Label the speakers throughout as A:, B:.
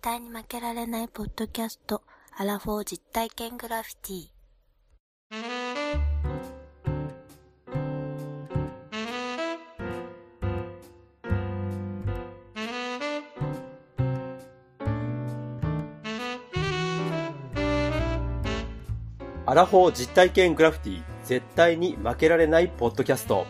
A: 対に負けられないポッドキャスト、アラフォー実体験グラフィティ。
B: アラフォー実体験グラフィティ絶対に負けられないポッドキャスト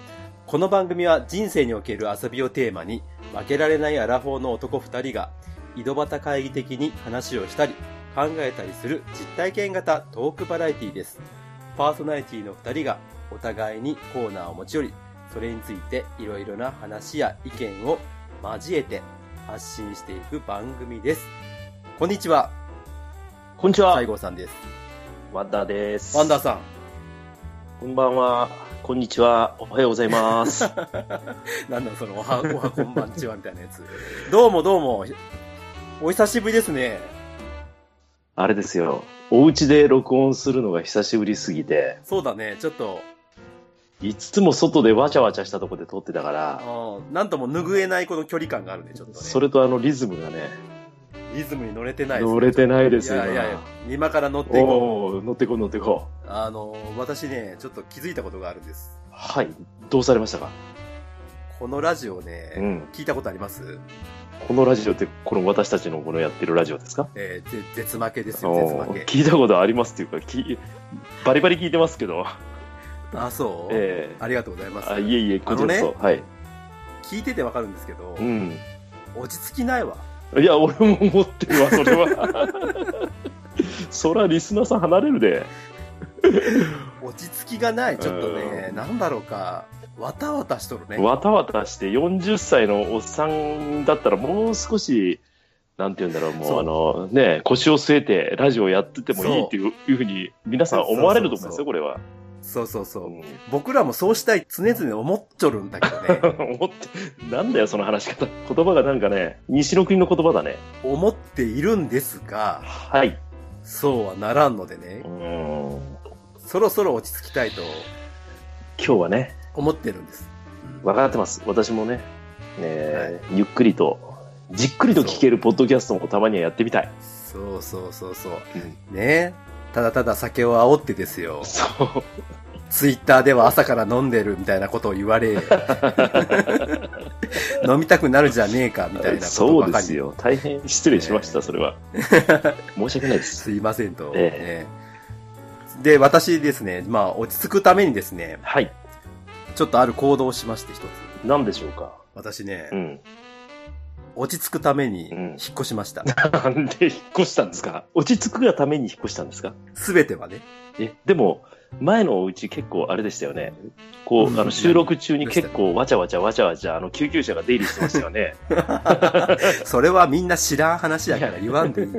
B: この番組は人生における遊びをテーマに負けられないアラフォーの男2人が井戸端会議的に話をしたり考えたりする実体験型トークバラエティですパーソナリティの2人がお互いにコーナーを持ち寄りそれについていろいろな話や意見を交えて発信していく番組ですこんにちは
C: こんにちは
B: 西。郷さんです
C: ワンダーです。
B: ワンダーさん
C: こんばんは。こんにちは。おはようございます。
B: なんだその、おは、 おはこんばんちはみたいなやつ。どうもどうも。お久しぶりですね。
C: あれですよ。お家で録音するのが久しぶりすぎて、
B: そうだね、ちょっと、
C: いつも外でわちゃわちゃしたとこで撮ってたか
B: あ
C: ら、
B: ーなんとも拭えないこの距離感があるね、ちょっとね。
C: それとあのリズムがね、
B: リズムに乗れてないですね
C: 乗れてないですよ。
B: いやいやいや、今から乗っていこ
C: おおー乗ってこ乗ってこ
B: う。あの、私ね、ちょっと気づいたことがあるんです。
C: はい。どうされましたか
B: このラジオ
C: う
B: ね、
C: ん。
B: 聞いたことあります
C: このラジオって、この私たちのこのやってるラジオですか
B: えーぜ絶負けですよ、絶
C: お
B: 負
C: ー
B: け。
C: 聞いたことありますっていうか、きバリバリ聞いてますけど。
B: あ、そう、
C: ええ
B: ありがとうございます。
C: あ、いえいえ、こちらこそ。はい。
B: 聞いててわかるんですけど
C: う、ん。
B: 落ち着きないわ。
C: いや、俺も思ってるわ、それは。そら、リスナーさん離れるで。
B: 落ち着きがない、ちょっとね
C: う、ん
B: なんだろうか、わたわたしとるね。
C: わたわたして40歳のおっさんだったら、もう少し、なんて言うんだろう、もう、あの、ね、腰を据えて、ラジオやっててもいいっていういうふうに、皆さん思われると思うんです
B: そうそうそう
C: よ、これは。
B: そうそうそうう。
C: ん
B: 僕らもそうしたい常々思っちょるんだけど ね、
C: 思って、なんだよ、その話し方。言葉がなんかね、西の国の言葉だね。
B: 思っているんですが、
C: はい。
B: そうはならんのでね
C: う、ん。
B: そろそろ落ち着きたいと
C: 今日はね、
B: 思ってるんです。
C: 分かってます私もねね、ゆっくりとじっくりと聞けるポッドキャストもたまにはやってみたい
B: そうそうそうそう。
C: う
B: ねただただ酒を煽ってですよ。
C: そう
B: ツイッターでは朝から飲んでるみたいなことを言われ、 飲みたくなるじゃねえかみたいなこと
C: そう
B: ば
C: で
B: か
C: す
B: り。
C: よ大変失礼しましたそれは申し訳ないです
B: すいませんと。
C: え
B: ええで、私ですね、まあ、落ち着くためにですね、
C: はい
B: ちょっとある行動をしまして、一つ。
C: 何でしょうか
B: 私ね、
C: うん
B: 落ち着くために
C: うん
B: 引っ越しました。
C: なんで引っ越したんですか落ち着くがために引っ越したんですか
B: すべては ね。
C: えでも前のお家結構あれでしたよねこ
B: うん
C: うあの収録中に結構わちゃわちゃわちゃわちゃあの救急車が出入りしてましたよね
B: それはみんな知らん話やから言わんでいい。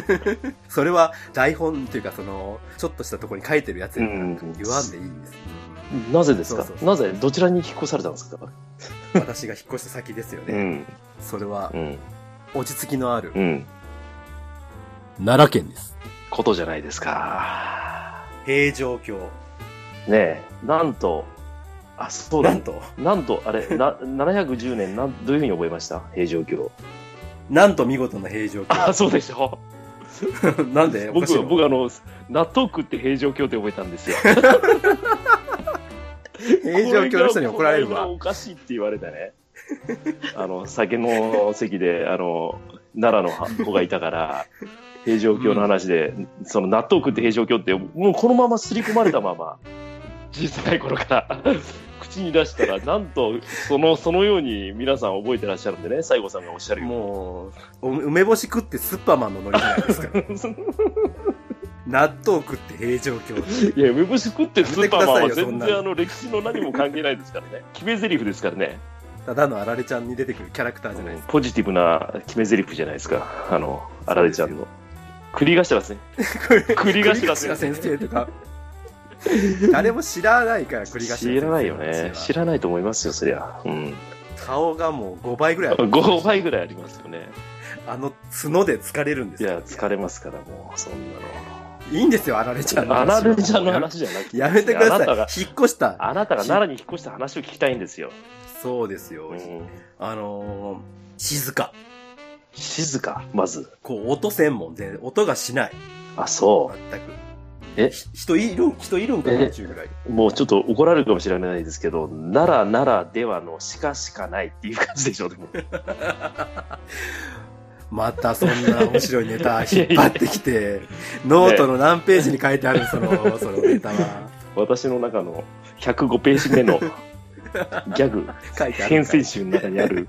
B: それは台本というか、その、ちょっとしたところに書いてるやつ
C: う
B: やから
C: ん
B: 言わんでいいんです。
C: なぜですか
B: そうそうそう
C: なぜどちらに引っ越されたんですか
B: 私が引っ越した先ですよ
C: う
B: ね。
C: ん
B: それは
C: う、ん
B: 落ち着きのある
C: うん
B: 奈良県です。
C: ことじゃないですか。
B: 平城京。
C: ねえ、なんと、あ、そう
B: な
C: だ
B: ん。と、
C: なんと、あれ、な、710年、なん、どういうふうに覚えました平城京。
B: なんと見事な平城
C: あ、そうでしょ。
B: 京。なんでおか
C: 僕
B: しい
C: は、
B: の
C: 僕はあの、納豆食って平城京って覚えたんですよ。
B: 平城京の人に怒られる
C: こが
B: わ。
C: おかしいって言われたね。あの、酒の席で、あの、奈良の子がいたから、平城京の話で、その納豆食って平城京って、もうこのまま刷り込まれたまま、小さい頃から、口に出したら、なんと、その、そのように皆さん覚えてらっしゃるんでね、西郷さんがおっしゃるように。
B: もう、お梅干し食ってスッパーマンのノリじゃないです か。納豆食って平城京。
C: いや、梅干し食ってスーパーマン
B: や
C: は
B: めてくださいよそん
C: 全
B: な
C: 然あの、歴史の何も関係ないですからね。決め台詞ですからね。
B: ただのあられちゃんに出てくるキャラクターじゃないですか。
C: ポジティブな決め台詞じゃないですか。あの、あられちゃんの。栗頭ですね。 栗頭
B: 栗頭
C: 先
B: 先
C: 生。
B: 生とか。誰も知らないから、栗頭先生
C: 知らないよ ね。知らないと思いますよ、そりゃ。うん。
B: 顔がもう5倍ぐらいある。
C: 5倍ぐらいありますよね。
B: あの角で疲れるんで
C: い
B: すよ。
C: や、疲れますから、もう、そんなの。
B: いいんですよ、あられちゃんの話
C: あ
B: は
C: られちゃんの話じゃなくて。
B: やめてくだ
C: あなたが
B: さい。引っ越した。
C: あなたが奈良に引っ越した話を聞きたいんですよ。
B: そうですよ。
C: うん
B: あのー静か。
C: 静か、まず。
B: こう、音専門で、音がしない。
C: あ、そ
B: 全く。
C: え
B: ひ人いるん、人いるんかな
C: え
B: っちゅうぐらい。
C: う。もうちょっと怒られるかもしれないですけど、奈良ならではの鹿しかないっていう感じでしょ、でも。
B: またそんな面白いネ タ引っ張ってきて、ノートの何ページに書いてある、その、そのネタは。
C: 私の中の105ページ 目のギャグ、
B: 書いてある
C: 編
B: んか
C: 成
B: い。
C: 集の中にある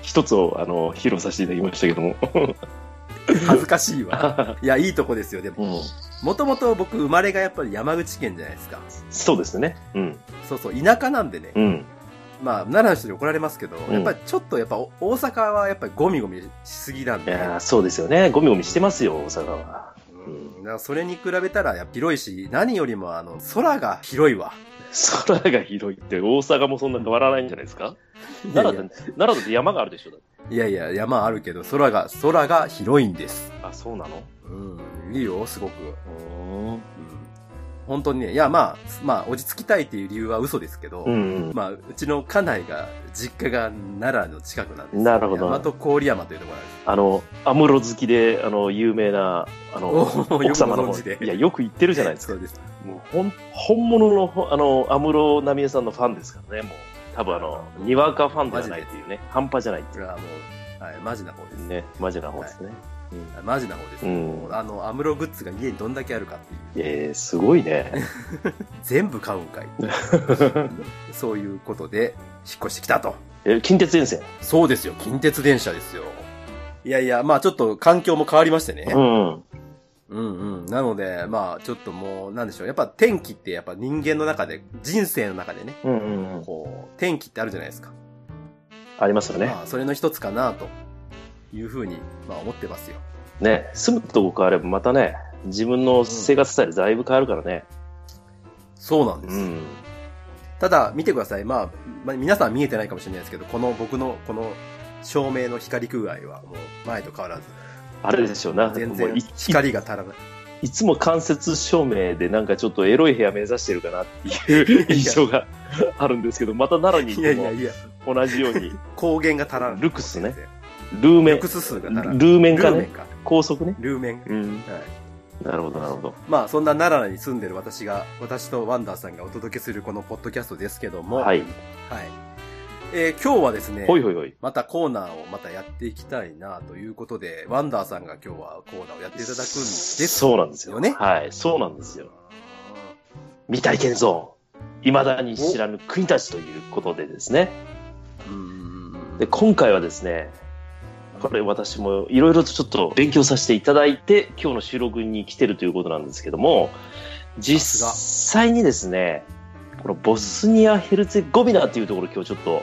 C: 一つをあの披露させていただきましたけども。
B: 恥ずかしいわ。いや、いいとこですよ、でも。
C: うん、
B: もともと僕、生まれがやっぱり山口県じゃないですか。
C: そうですね。うん。
B: そうそう、田舎なんでね。
C: うん。
B: まあ、奈良の人に怒られますけど、
C: うん
B: やっぱりちょっと、やっぱお大阪はやっぱりゴミゴミしすぎなん
C: い
B: で、
C: やーそうですよね。ゴミゴミしてますよ、大阪は。
B: うん、だからそれに比べたらやっぱ広いし、何よりもあの、空が広いわ。
C: 空が広いって、大阪もそんな変わらないんじゃないですか
B: いやい
C: 奈
B: や
C: 良だって、奈良だって山があるでしょだって
B: いやいや、山あるけど、空が、空が広いんです。
C: あ、そうなの
B: うん、いいよ、すごく。
C: うん。
B: 本当にね、いや、まあ、まあ、落ち着きたいっていう理由は嘘ですけど、
C: うん。
B: まあ、うちの家内が、実家が奈良の近くなんですよ
C: なるほど
B: 大和郡山というところなんです。
C: あの、安室好きで、あの、有名な、あの、
B: おーよく
C: 奥様の
B: ご
C: 方
B: 存知で
C: いや、よく言ってるじゃないです
B: そ
C: か。
B: うです。
C: もう、ほん、本物のほ、あの、安室奈美恵さんのファンですからね、もう。多分あの、にわかファンではないっていうね、半端じゃないって
B: こ
C: い
B: れはもう、はい、マジな方で
C: う
B: す。
C: ね、マジな方ですね。
B: マジな方です。
C: うん
B: もうあの、アムログッズが家にどんだけあるかっていう。
C: えー、すごいね。
B: 全部買うんかい。 そういうことで、引っ越してきたと。
C: え、近鉄沿線。
B: そうですよ。近鉄電車ですよ。いやいや、まあちょっと環境も変わりましてね。
C: うん。
B: うんうん。なので、まあちょっともう、なんでしょう。やっぱ天気ってやっぱ人間の中で、人生の中でね、
C: うんうんうん。
B: こう、天気ってあるじゃないですか。
C: ありますよね。
B: まあそれの一つかなというふうに、まあ思ってますよ。
C: ね、住むとこ変わればまたね、自分の生活スタイルだいぶ変わるからね。
B: そうなんです。
C: うん。
B: ただ、見てください。まあ、まあ、皆さん見えてないかもしれないですけど、この僕の、この、照明の光具合はもう前と変わらず、
C: あれでしょうな。
B: 全
C: も
B: 然
C: ういい
B: 光が足らない。
C: いつも間接照明でなんかちょっとエロい部屋目指してるかなっていう印象があるんですけど、また奈良に
B: いやい
C: 行
B: や
C: って
B: いや、
C: も同じように、
B: 光源が足らない。
C: ルクス
B: 全
C: ね
B: 然。
C: ルーメン
B: ルク、ス数が
C: ル
B: 足らない。
C: ーメン化
B: ルーメン
C: ね、
B: か。
C: 高速ね。
B: ルーメン。はい。
C: うん。なるほど、なるほど。
B: まあ、そんな奈良に住んでる私が、私とワンダーさんがお届けするこのポッドキャストですけども、
C: は
B: はい。
C: い。
B: えー今日はですね、
C: ほいほいほい。
B: またコーナーをまたやっていきたいなということで、ワンダーさんが今日はコーナーをやっていただくんです。
C: そうなんですよ
B: よね
C: はい、そうなんですよ。未体験ゾーン。未だに知らぬ国たちということでですね。
B: うんうんうんうん
C: で、今回はですね、これ私もいろいろとちょっと勉強させていただいて、今日の収録に来てるということなんですけども、実
B: さ
C: 際にですね、このボスニア・ヘルツェゴビナというところ今日ちょっと、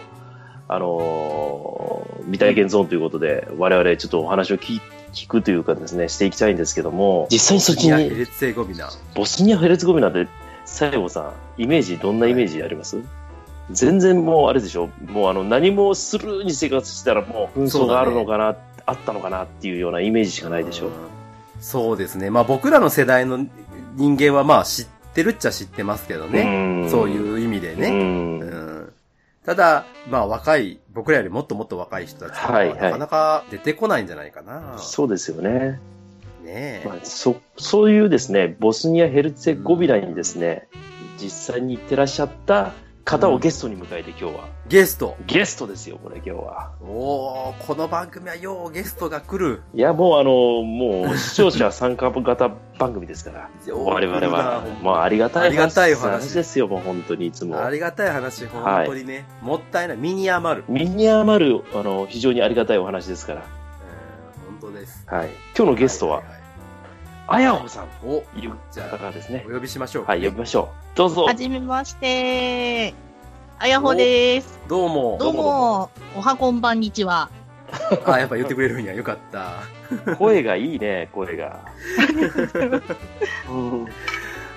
C: あのー未体験ゾーンということで、我々ちょっとお話を聞聞くというかですね、していきたいんですけども、実際にそっち
B: いや、ヘ
C: に、
B: レツェゴビナ。
C: ボスニア・ヘルツェゴビナって、最後さん、イメージ、どんなイメージあります、全然もうあれでしょもうあの何もするに生活してたらもう紛争があるのかな、あったのかなっていうようなイメージしかないでしょ
B: うんそうですね。まあ僕らの世代の人間はまあ知ってるっちゃ知ってますけどね。そう
C: う
B: いう意味で
C: ん
B: ね。
C: う
B: うんんただ、まあ若い、僕らよりもっともっと若い人たち
C: は
B: はい
C: はい
B: なかなか出てこないんじゃないかな。
C: そうですよね、
B: ねえ
C: まあ、そそういうですねボスニア・ヘルツェゴビナにですね、実際に行ってらっしゃった方をゲストに迎えて今日は、
B: ゲスト。
C: ゲストですよこれ今日は
B: おー、この番組はようゲストが来る。
C: いやもうあのもう視聴者参加型番組ですから我
B: よう
C: 々は
B: 来るな
C: もうありがた
B: あ
C: い
B: りがたいお話
C: ですよもう本当にいつも
B: ありがたい話、
C: は
B: 本
C: い
B: 当にね。もったいない。身に余る。うん
C: 身に余るあの非常にありがたいお話ですから、
B: 本当です。
C: はい、今日のゲストはい
B: いい
C: あやほさん
B: お、
C: という
B: じゃあ、
C: 方ですね
B: お呼びしましょう。
C: はい呼びましょうどうぞ
D: はじめまして。あやほです。
B: どうも。
D: どうも、おはこんばんにちは。
B: あ、やっぱ言ってくれるんや。よかった。
C: 声がいいね声 が、うん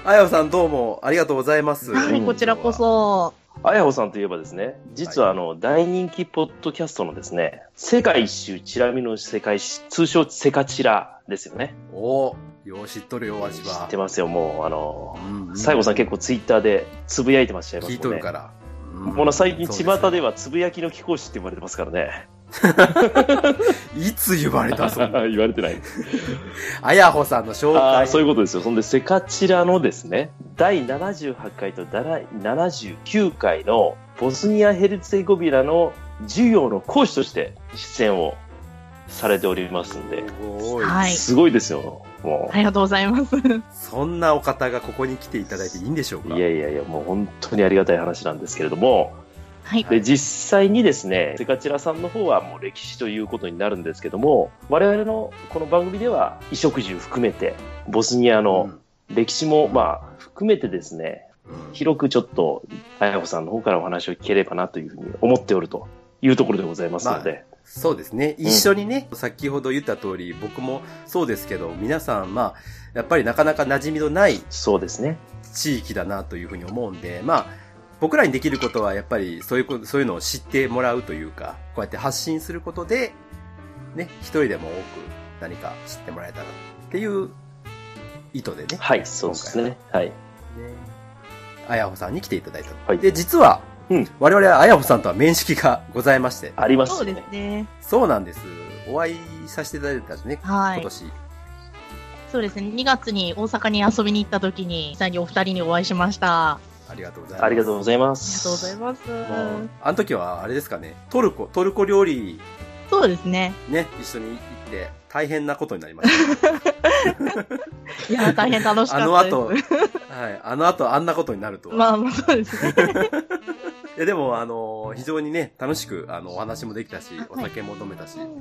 B: あやほさんどうもありがとうございます。
D: はい、こちらこ。そ。
C: あやほさんといえばですね実はあの、大人気ポッドキャストのですね世界一周チラ見の世界史通称セカチラですよね
B: およう知っとるよ、わし
C: 知
B: は。
C: ってますよもうあの
B: うんうん
C: 西郷さん結構ツイッターでつぶやいてましたよ
B: 聞いとるから。
C: もうな最近
B: そうです
C: 巷ではつぶやきの貴公子って言われてますからね。
B: いつ言われたそんな。
C: 言われてない。
B: あやほさんの紹
C: ああ、
B: 介。
C: そういうことですよ。そんで、セカチラのですね、第78回と第79回のボスニア・ヘルツェゴビラの授業の講師として出演をされておりますんで、
B: すごい
D: はい
C: すごいですよ。もう、
D: ありがとうございます。
B: そんなお方がここに来ていただいていいんでしょうか
C: いやいやいや、もう本当にありがたい話なんですけれども、
D: はい。
C: で実際にですね、セカチラさんの方はもう歴史ということになるんですけども、我々のこの番組では、衣食住含めて、ボスニアの歴史も、まあ、含めてですね、
B: うん
C: 広くちょっと、彩子さんの方からお話を聞ければなというふうに思っておるというところでございますので、
B: そうですね。一緒にね、先ほど言った通り、僕もそうですけど、皆さん、まあ、やっぱりなかなか馴染みのない
C: そうですね。
B: 地域だなというふうに思うんで、まあ、僕らにできることは、やっぱりそういうこと、そういうのを知ってもらうというか、こうやって発信することで、ね、一人でも多く何か知ってもらえたらっていう意図でね、
C: はい、そうですね。はい。
B: あやほさんに来ていただいた。
C: はい
B: で、実は、
C: うん
B: 我々はあやほさんとは面識がございまして、
C: あります
D: そう
C: よ
D: で
C: ね
D: す。ね。
B: そうなんです。お会いさせていただいたんですね、
D: は
B: 今
D: い。
B: 年。
D: そうですね。2月に大阪に遊びに行った時に、実際にお二人にお会いしました。あ
B: ありがとうございます。
C: ありがとうございま
D: りがとうござい
C: す。
D: ます。
B: もうあの時は、あれですかね、トルコ、トルコ料理、
D: そうですね。
B: ね、一緒に行って、大変なことになりまし。
D: いや、大変楽しかったた
B: あ
D: です。
B: の後、はい、あの後、あんなことになるとは。
D: まあまあ、そうですね。
B: いやでも、あの、非常にね、楽しく、あの、お話もできたし
D: はい、
B: お酒も飲めたし
D: う、んうん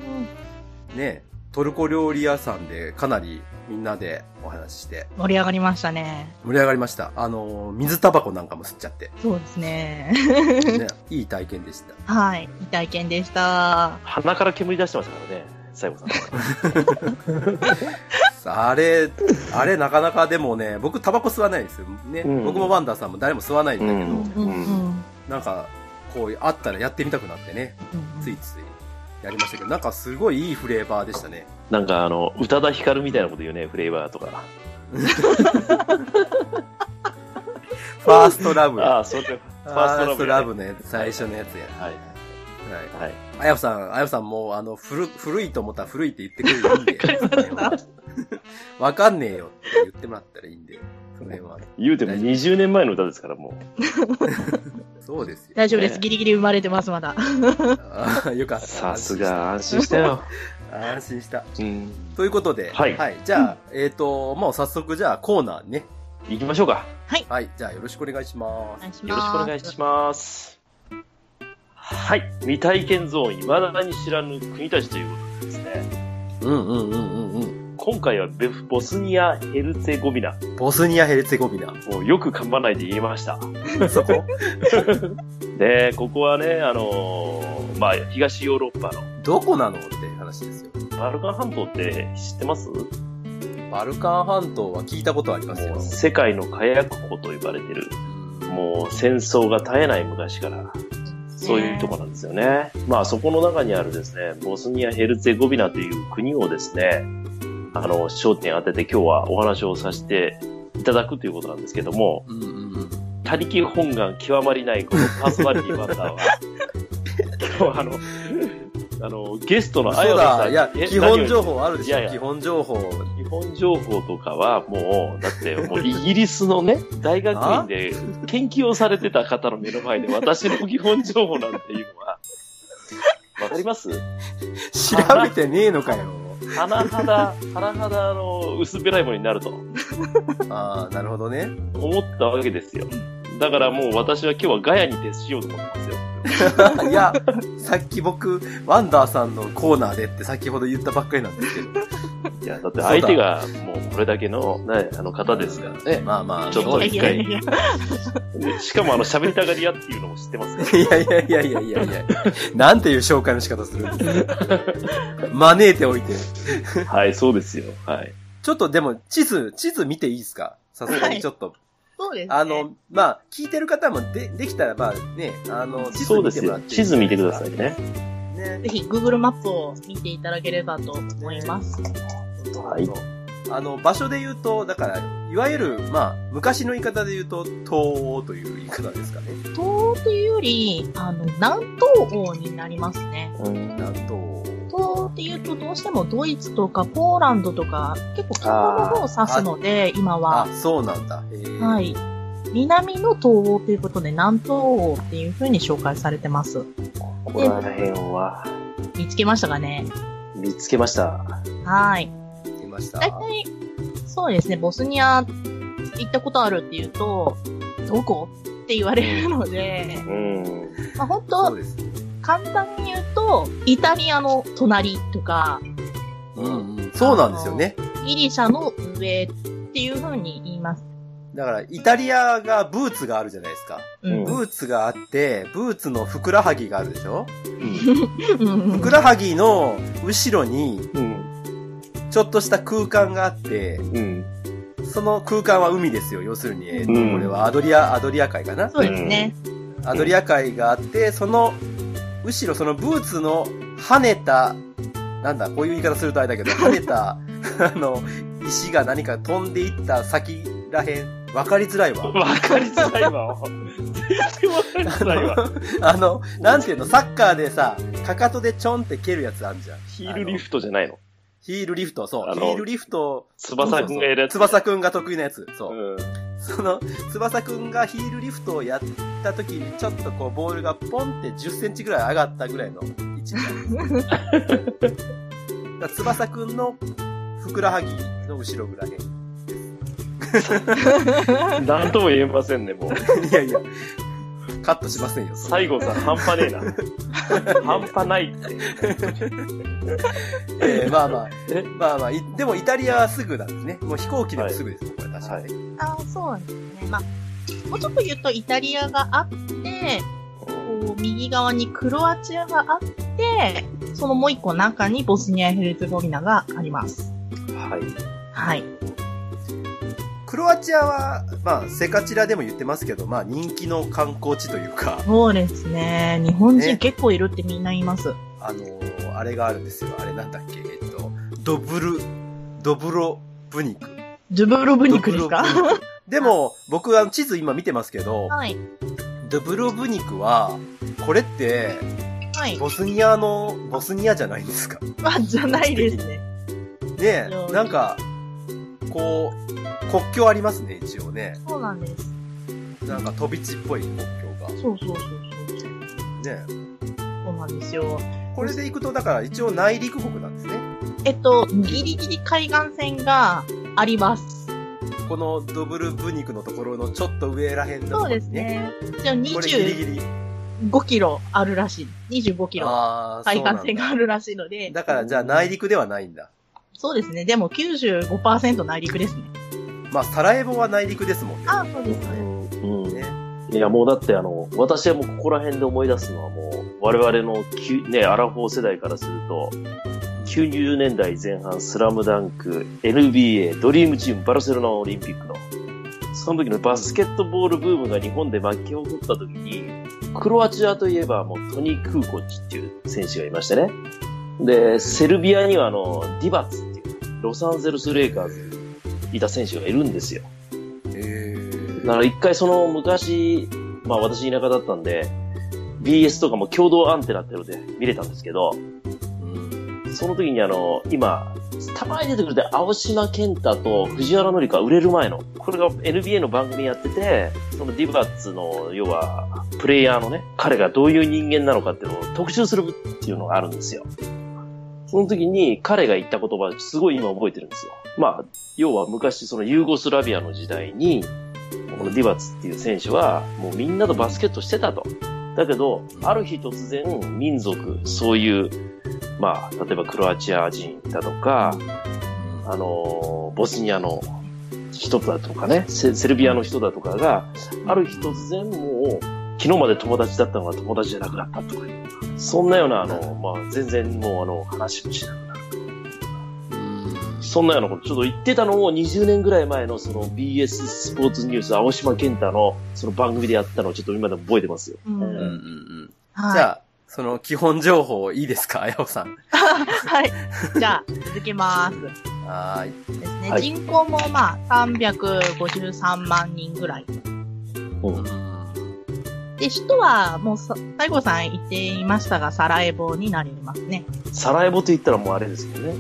B: ね、トルコ料理屋さんで、かなりみんなでお話しして、
D: 盛り上がりましたね。
B: 盛り上がりました。あの、水タバコなんかも吸っちゃって、
D: そうですね。
B: ね、いい体験でした。
D: はい。いい体験でした。
C: 鼻から煙出してましたからね、最後さん。
B: あれ、あれなかなかでもね、僕タバコ吸わないんですよ。ね、
C: うん
B: 僕もワンダーさんも誰も吸わないんだけど、
C: うん
D: うん
B: なんか、こう、あったらやってみたくなってね、
D: うん
B: ついついやりましたけど、なんかすごいいいフレーバーでしたね。
C: なんかあの、宇多田ヒカルみたいなこと言うね、フレーバーとか。
B: ファーストラブ。
C: ああ、そうか。
B: フ
C: フ
B: ァ
C: ァ
B: ー
C: ー
B: ス
C: ス
B: ト
C: ト
B: ラ
C: ラ
B: ブの
C: ブ
B: やつ、最初のやつや。
C: は
B: はい。
C: い。はい。
B: あやほさん、あやほさんもう、あの、古、古いと思ったら古いって言ってくれるんで。わかんねえよって言ってもらったらいいんで、その辺は。
C: 言うても20年前の歌ですから、も
B: そうですよ。
D: 大丈夫です。
C: ね
D: ギリギリ生まれてます、まだ。
B: あーよかっ
C: う。
B: た。
C: さす。が、安心したよ。
B: 安心した。
C: うん。
B: ということで、
C: はい
B: じゃあ、えっ、と、もう早速、じゃあコーナーね。
C: 行きましょうか。
B: はい、じゃあよろしくお願いします。
C: よろしくお願いします。はい、未体験ゾーン、未だに知らぬ国たちということでですね、
B: うんうんうんうん
C: 今回はベフボスニア・ヘルツェゴビナ、
B: うん。ボスニア・ヘルツェゴビナ。
C: もうよく噛まないで言えました。
B: そこ
C: で、ここはね、あのーまあ、東ヨーロッパの
B: どこなのって話ですよ。
C: バルカン半島って知ってますも
B: バルカン半島は聞いたことありますよ。
C: う世界の火薬庫と呼ばれてる、
B: うん
C: もう戦争が絶えない昔から、そういうとこなんですよね。まあそこの中にあるですね、ボスニア・ヘルツェゴビナという国をですね、あの、焦点当てて今日はお話をさせていただくということなんですけども、
B: うんうんうん。
C: 他力本願極まりないこのパーソナリティバッター は、今日はあの、あの、ゲストのあ
B: そう
C: やさ
B: だ、
C: ん。
B: いや、
C: え
B: 基本情報あるでし
C: い
B: ょ
C: やい、や
B: 基本情報。
C: 日本情報とかはもう、だってもうイギリスの ね、大学院で研究をされてた方の目の前で私の基本情報なんていうの は、わかります
B: 調べてねえのかよ。
C: 鼻肌、鼻肌の薄っぺらいものになると
B: ああ、なるほどね。
C: 思ったわけですよ。だからもう私は今日はガヤに徹しようと思ってますよ。
B: いや、さっき僕、ワンダーさんのコーナーでって先ほど言ったばっかりなんですけど。
C: いや、だって相手がもうこれだけの、ね、あの方ですからね。
B: まあまあ、
C: ちょっと
D: いやいやいや
C: でしかもあの喋りたがり屋っていうのも知ってます から
B: いやいやいやいやいやいや。なんていう紹介の仕方するんですか。招いておいて。
C: はい、そうですよ。はい。
B: ちょっとでも、地図、地図見ていいですかさすがにちょっと。
D: そうですね。
B: あの、まあ、聞いてる方もで、できたら、まあね、あの、地図
C: そ
B: 見
C: うで
B: て
C: す
B: もら
C: よ
B: っ。て
C: 地図見てくださいね。
B: ね。
D: ぜひ Google マップを見ていただければと思います。
B: は
C: はい
B: あの、場所で言うと、だから、いわゆる、まあ、昔の言い方で言うと、東欧という言い方ですかね。
D: 東欧というより、あの、南東欧になりますね。
C: うん
B: 南東欧。
D: 東欧っていうと、どうしてもドイツとかポーランドとか、結構東欧の方を指すので、今は
B: あ、。そうなんだ。へー
D: はい。南の東欧ということで、南東欧っていう風に紹介されてます。
C: ここら辺は
D: 見つけましたかね
C: 見つけました。
D: はい。
B: 聞きました。
D: 大体、そうですね、ボスニア行ったことあるっていうと、どこって言われるので、
C: うん。
D: まあ、本
B: そう
D: 当
B: ですね。
D: 簡単に言うと、イタリアの隣とか、
B: うんうん。そうなんですよね。
D: ギリシャの上っていう風に言います。
B: だから、イタリアがブーツがあるじゃないですか。
D: うん。
B: ブーツがあって、ブーツのふくらはぎがあるでしょ
D: うん
B: ふくらはぎの後ろに、
C: うん。
B: ちょっとした空間があって、
C: うん。
B: その空間は海ですよ。要するに、えーと
C: うん
B: これはアドリア、アドリア海かな
D: そうですね。
B: アドリア海があって、その、後ろそのブーツの跳ねた、なんだ、こういう言い方するとあれだけ ど、跳ねた、あの、石が何か飛んでいった先らへん、わかりづらいわ。
C: わかりづらいわ。全然わかりづらいわ。
B: あの、なんていうの、サッカーでさ、かかとでちょんって蹴るやつあんじゃん。
C: ヒールリフトじゃないの。
B: あのヒールリフト、そう。
C: あ
B: ヒ
C: の
B: ールリフト。
C: 翼くんがやるやつ。
B: 翼くんが得意なやつ。そうう。
C: ん。
B: その、翼くんがヒールリフトをやった時に、ちょっとこう、ボールがポンって10センチぐらい上がったぐらいの位置なんですだから翼くんのふくらはぎの後ろぐらい。
C: なんとも言えませんね、もう。
B: いやいや、カットしませんよ。それ
C: 最後さ、半端ねえな。半端ないって。
B: えーまあまあ
C: え、
B: まあまあ、いでもイタリアはすぐなんですね。もう飛行機でもすぐですよ、これ確かに。
D: ああ、そうなんですね。まあ、もうちょっと言うと、イタリアがあって、こう、右側にクロアチアがあって、そのもう一個中にボスニア・ヘルツェゴビナがあります。
C: はい。
D: はい。
B: クロアチアは、まあ、セカチラでも言ってますけど、まあ、人気の観光地というか、
D: そうですね。日本
B: ね
D: 人結構いるってみんな言います。
B: あのーあれがあるんですよ。あれなんだっけ、えっと、ドブル、ドブロブニク。
D: ドゥブロブニクですか
B: ドブロブニクでも、僕、あの、地図今見てますけど、
D: はい。
B: ドブロブニクは、これって、
D: はい。
B: ボスニアの、ボスニアじゃないですか。
D: まあ、じゃないですね。
B: ね
D: いや
B: え、なんか、こう、国境ありますね、一応ね。
D: そうなんです。
B: なんか飛び地っぽい国境が。ね
D: そうそうそうそう。そうなんですよ。
B: これで行くと、だから一応内陸国なんですね。
D: えっと、ギリギリ海岸線があります。
B: このドブルブニクのところのちょっと上らへんのとこ
D: そう
B: ろに
D: です。ね。じゃあ
B: これギリ
D: 25
B: ギリ。
D: キロあるらしい。25キロ
B: ああ、そ
D: 海
B: うなん
D: 岸線があ
B: だ。
D: るらしいので。
B: だからじゃあ内陸ではないんだ。
D: そうですね。でも95%内陸ですね。
B: まあ、サラエボは内陸ですもんね。
D: あそうですね。
C: うん
B: ね。
C: いや、もうだってあの、私はもうここら辺で思い出すのはもう、我々のきゅ、ね、アラフォー世代からすると、90年代前半、スラムダンク、NBA、ドリームチーム、バルセロナオリンピックの、その時のバスケットボールブームが日本で巻き起こった時に、クロアチアといえばもうトニー・クーコッチっていう選手がいましてね。で、セルビアにはあの、ディバッツっていう、ロサンゼルス・レイカーズにいた選手がいるんですよ。
B: え
C: だから一回その昔、まあ私田舎だったんで、BS とかも共同アンテナっていうので見れたんですけど、その時にあの、今、たまに出てくるで、青島健太と藤原紀香売れる前の、これが NBA の番組やってて、そのディバッツの、要は、プレイヤーのね、彼がどういう人間なのかっていうのを特集するっていうのがあるんですよ。その時に彼が言った言葉、すごい今覚えてるんですよ。まあ、要は昔そのユーゴスラビアの時代に、このディバッツっていう選手は、もうみんなとバスケットしてたと。だけど、ある日突然、民族、そういう、まあ、例えばクロアチア人だとか、あの、ボスニアの人だとかね、セセルビアの人だとかが、ある日突然もう、昨日まで友達だったのが友達じゃなくなったとかいう、そんなような、あの、まあ、全然もう、あの、話もしなくなる。そんなようなこと、ちょっと言ってたのを20年ぐらい前の、その BS スポーツニュース、青島健太の、その番組でやったのをちょっと今でも覚えてますよ。
D: うん
B: うんうんう
C: うん
B: ん。じ
D: は
B: ゃあ、そ の基本情報いいですか、あやおさん。
D: い。はい。じゃあ、続けます。
B: はーい。
D: ですね。
C: はい
D: 人口もまあ353万人ぐらい。
C: うん
D: で、首都はもうさ、西郷さん言っていましたが、サラエボになりますね。
C: サラエボと言ったらもうあれですよね。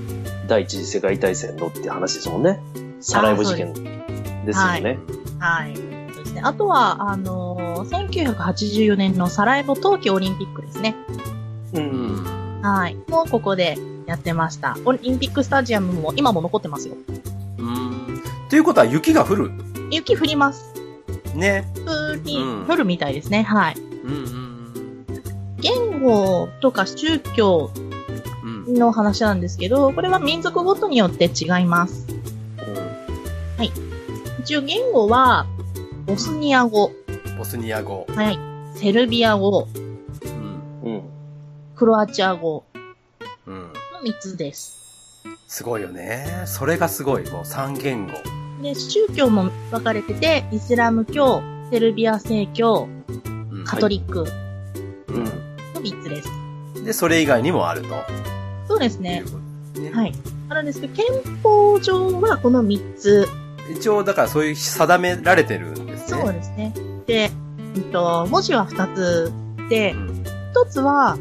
C: 第一次世界大戦のって話ですもんね。サラエボ事件ですよね。
D: はい。そうですね。あとは、あのー1984年のサラエボ冬季オリンピックですね。
C: う。
B: うんん。
D: はい。もうここでやってました。オリンピックスタジアムも今も残ってますよ。
B: うん。ということは雪が降る。
D: 雪降ります。
B: ね。
D: 降り、
B: うん
D: 降るみたいですね。はい。
B: うんうん
D: 言語とか宗教
B: うん。うん。
D: の話なんですけど、これは民族ごとによって違います。一応言語は、ボスニア語、
B: ボスニア語。
D: はい。セルビア語、
B: うん。
C: うん。
D: クロアチア語
B: うん。
D: の3つです。
B: すごいよね。それがすごい。もう三言語。
D: で、宗教も分かれてて、イスラム教、セルビア正教、
B: うん
D: カトリック
B: う
D: の3つです。
B: ん。で、それ以外にもあると。
D: そうですね。
B: ね
D: はい。あるんですけど、憲法上はこの3つ。
B: 一応、だからそういう定められてるんですね。
D: そうですね。で、えっと、文字は2つで
B: う、ん
D: 1つは、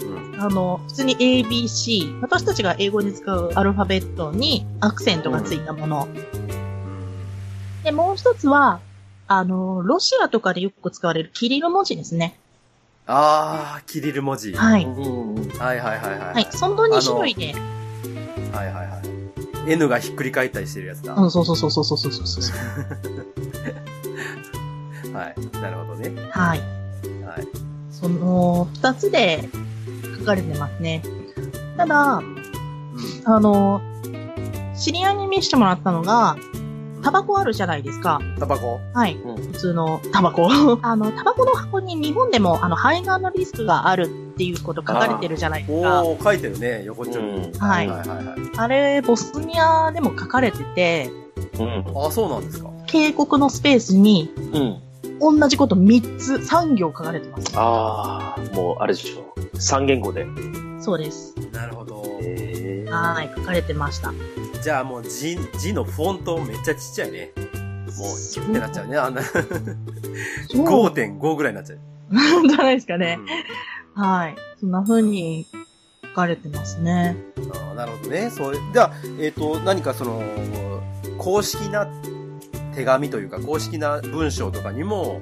B: うん
D: あの、普通に ABC、私たちが英語に使うアルファベットにアクセントがついたもの。で、もう一つは、あの、ロシアとかでよく使われるキリル文字ですね。
B: あー、キリル文字。は
D: はい。
B: いはいはいはい。は
D: はい。その2種類で。
B: はいはいはい。N がひっくり返ったりしてるやつだ。
D: う
B: は
D: ん、そうそうそうそうそうそうそうそう。
B: い。なるほどね。
D: は
B: は
D: い。
B: い。
D: その2つで書かれてますね。ただ、
B: う
D: あの、知り合いに見せてもらったのが、タバコあるじゃないですか。
B: ん。タバコ
D: はい。
C: うん
D: 普通のタバコ。 あの、タバコの箱に日本でも、あの、肺がんのリスクがあるっていうこと書かれてるじゃないですか。
B: おー、書いてるね、横っちょに。
C: うん
D: はい
B: はいはいはい。
D: あれ、ボスニアでも書かれてて、
C: うん。
B: あ、そうなんですか。
D: 警告のスペースに
C: うん。
D: 同じこと3つ、3行書かれてます。
C: ああ、もうあれでしょ。三言語で。
D: そうです。
B: なるほど。
C: え
D: はい、書かれてました。
B: じゃあもう字、字のフォントめっちゃちっちゃいね。もう、キュッてなっちゃうね。あんな、
D: そう
B: 5.5ぐらいになっちゃう。
D: じゃないですかね。
B: うん
D: はい。そんな風に書かれてますね。
B: ああなるほどね。そう、じゃあ、えっ、と、何かその、公式な手紙というか、公式な文章とかにも、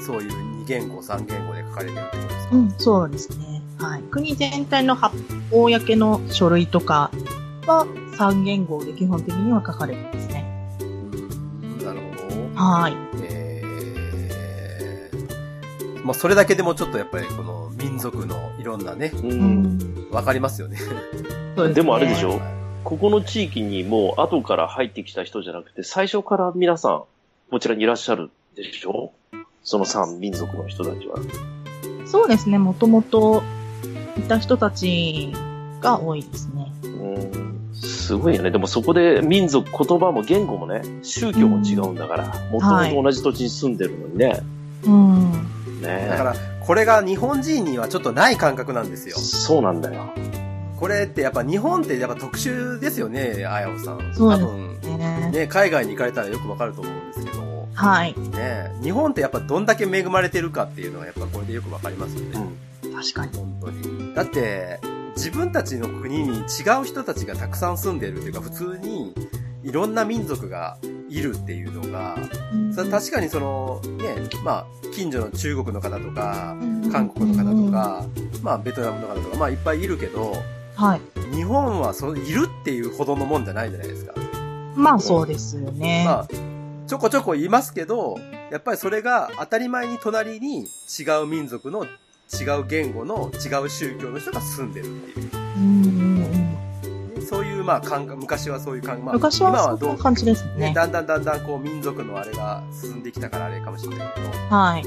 B: そういう二言語、三言語で書かれてるってことですか、
D: うん、そうですね。はい。国全体の発公の書類とかは3言語で基本的には書かれてますね。
B: うんなるほ
D: はい。
B: ど。えー、まあ、それだけでもちょっとやっぱりこの民族のいろんなね、
C: う。
D: うん
B: わかりますよね。
D: そうすね
C: でもあれでしょ
B: は
C: ここの地域にもう後から入ってきた人じゃなくて、最初から皆さん、こちらにいらっしゃるでしょその三民族の人たちは。
D: そうですね。もともといた人たちが多いですね。
C: うん。すごいよね。でもそこで民族、言葉も言語もね、宗教も違うんだから、もともと同じ土地に住んでるのにね。
D: うん。
B: い
C: ね
B: だから、これが日本人にはちょっとない感覚なんですよ。
C: そうなんだよ。
B: これってやっぱ日本ってやっぱ特殊ですよね、あやおさん。
D: そう
B: 多
D: です
B: 分、
D: ね
B: ね、海外に行かれたらよくわかると思うんですけど、
D: はい。
B: ね、日本ってやっぱどんだけ恵まれてるかっていうのはやっぱこれでよくわかりますよ
C: う
B: ね。
C: ん。
D: 確かに。
B: 本当に。だって、自分たちの国に違う人たちがたくさん住んでるっていうか、普通にいろんな民族がいるっていうのが、それは確かにその、ね、まあ、近所の中国の方とか、韓国の方とか、まあ、ベトナムの方とか、まあ、いっぱいいるけど、
D: うん。はい。
B: 日本はそういるっていうほどのもんじゃないじゃないですか。
D: まあそうですよね。
B: まあ、ちょこちょこいますけど、やっぱりそれが当たり前に隣に違う民族の違う言語の違う宗教の人が住んでるっていう
D: うんうんうん。
B: ね、そういうまあ感覚、昔はそういう感覚、まあ、
D: 昔
B: 今
D: は
B: は
D: そん
B: ど
D: な
B: う
D: 感じです
B: ね、
D: ね。
B: だんだんだんだんこう民族のあれが進んできたからあれかもしれないけど、
D: はい。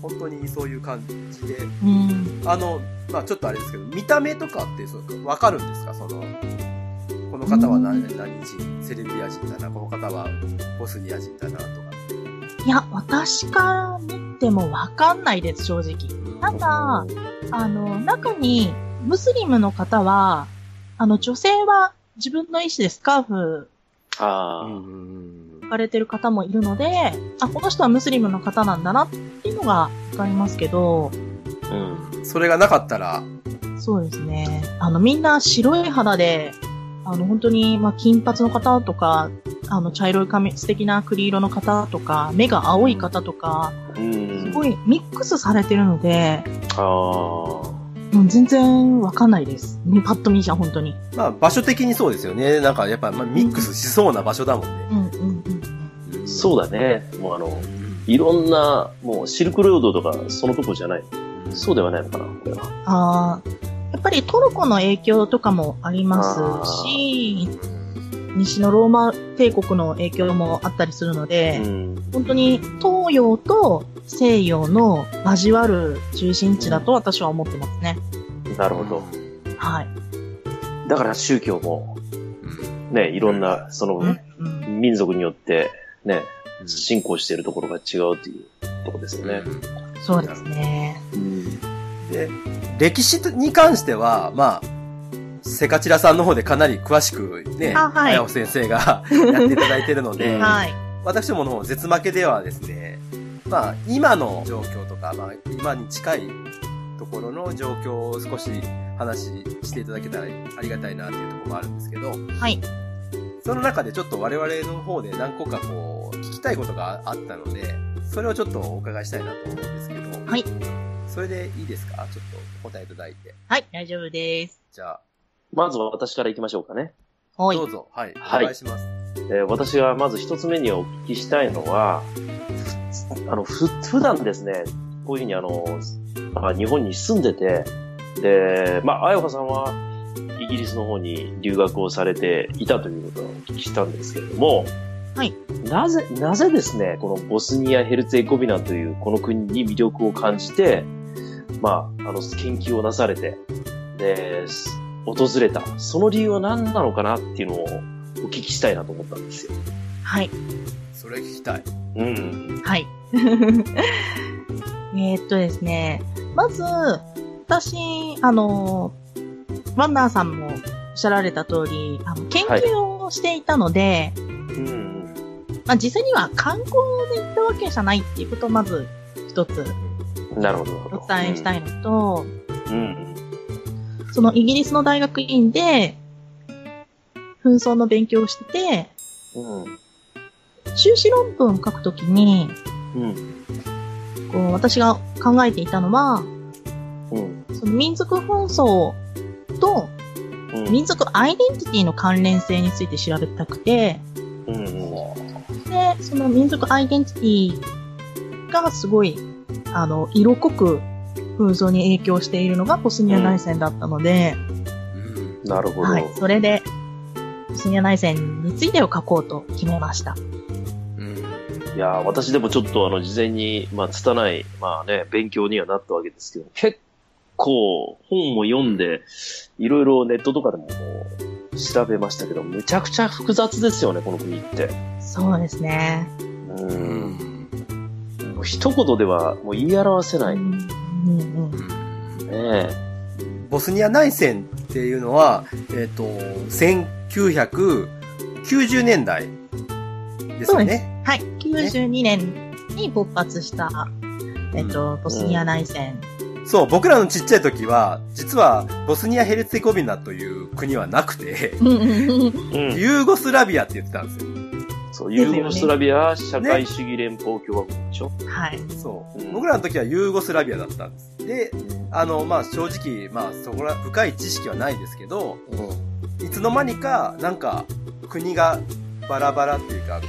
B: 本当にそういう感じで、
D: うん。
B: あの、まあちょっとあれですけど、見た目とかってそうわかるんですかその、この方は何
D: う
B: 何人、セルビア人だな、この方はボスニア人だなとか。
D: いや、私から見てもわかんないです、正直。ただ、あの、中に、ムスリムの方は、あの、女性は自分の意思でスカーフ
B: う
C: あ
B: んうんうん
D: 巻かれてる方もいるので、あ、この人はムスリムの方なんだなっていうのがわかりますけど、
C: あ、うん。
B: それがなかったら、
D: そうですね。あの、みんな白い肌で、あの、本当に、まあ、金髪の方とか、あの、茶色い髪、素敵な栗色の方とか、目が青い方とか、
C: うん。
D: すごいミックスされてるので、
C: ああ。
D: うん、全然わかんないです。ね、パッと見じゃん、本当に。
B: まあ場所的にそうですよね。なんかやっぱ、まあ、ミックスしそうな場所だもんね。
D: うん、うん、うん。
C: そうだね。もうあの、いろんな、もうシルクロードとか、そのとこじゃない。そうではないのかな、これは。
D: ああ、やっぱりトルコの影響とかもありますし、西のローマ帝国の影響もあったりするので、
C: うん。
D: 本当に東洋と西洋の交わる中心地だと私は思ってますね。
C: なるほど。
D: はい。
C: だから宗教も、ね、いろんな、その、
D: うん
C: 民族によって、ね、信仰しているところが違うというところですよね。
D: そうですね。
C: うん。
B: で、歴史に関しては、まあ、セカチラさんの方でかなり詳しくね、
D: あはい
B: 早尾先生が やっていただいてるので、
C: うん
D: はい。
B: 私どもの方、絶負けではですね、まあ、今の状況とか、まあ、今に近いところの状況を少し話していただけたらありがたいなっていうところもあるんですけど、
D: はい。
B: その中でちょっと我々の方で何個かこう、聞きたいことがあったので、それをちょっとお伺いしたいなと思うんですけど、
D: はい。
B: それでいいですかちょっとお答えいただいて。
D: はい。大丈夫です。
B: じゃあ、
C: まずは私から行きましょうかね。
D: はい
B: ど。うぞ、はい、
C: はい
B: お願いします。
C: えー私がまず一つ目にお聞きしたいのは、あの、ふ、普段ですね、こういうふうにあの、まあ日本に住んでて、で、まあ、あやほさんは、イギリスの方に留学をされていたということをお聞きしたんですけれども、
D: はい。
C: なぜ、なぜですね、このボスニア・ヘルツェゴビナというこの国に魅力を感じて、まあ、あの、研究をなされて、で、す訪れた、その理由は何なのかなっていうのをお聞きしたいなと思ったんですよ。
D: はい。
B: それ聞きたい。
C: うん。
D: はい。 えーっとですね。まず、私、あの、ワンダーさんもおっしゃられた通り、あの研究をしていたので、
C: うん。
D: まあ実際には観光で行ったわけじゃないっていうことをまず一つ
C: なるほど。
D: お伝えしたいのと、
C: うん。
D: そのイギリスの大学院で、紛争の勉強をしてて、
C: うん。
D: 修士論文を書くときに、
C: うん。
D: こう私が考えていたのは、
C: うん。
D: その民族紛争と
C: うん。
D: 民族アイデンティティの関連性について調べたくて、
C: うん。
D: で、その民族アイデンティティがすごい、あの、色濃く紛争に影響しているのがボスニア内戦だったので、
B: うん。
C: なるほど。
D: はい、それで、ボスニア内戦についてを書こうと決めました。
C: いやー私でもちょっとあの、事前に、まあ、拙い、まあね、勉強にはなったわけですけど、結構、本を読んで、いろいろネットとかでも調べましたけど、むちゃくちゃ複雑ですよね、この国って。
D: そうですね。
C: う。
B: うんん。
C: もう一言では、もう言い表せない。
D: う
C: ね
D: んうんうん
C: え。
B: ボスニア内戦っていうのは、えっ、と、1990年代ですよね。
D: はい、92年に勃発した、えっと、ボスニア内戦。
B: そう、僕らのちっちゃい時は、実は、ボスニア・ヘルツェゴビナという国はなくて、
C: うん。
B: ユーゴスラビアって言ってたんですよ。
C: そう、
D: です
C: ユ
D: よね
C: ーゴスラビア社会主義連邦共和国でしょ、
D: はい。
B: そう
C: う。ん
B: 僕らの時はユーゴスラビアだったんです。で、あの、まあ、正直、まあ、そこら、深い知識はないですけど、いつの間にか、なんか、国がバラバラっていうか、こ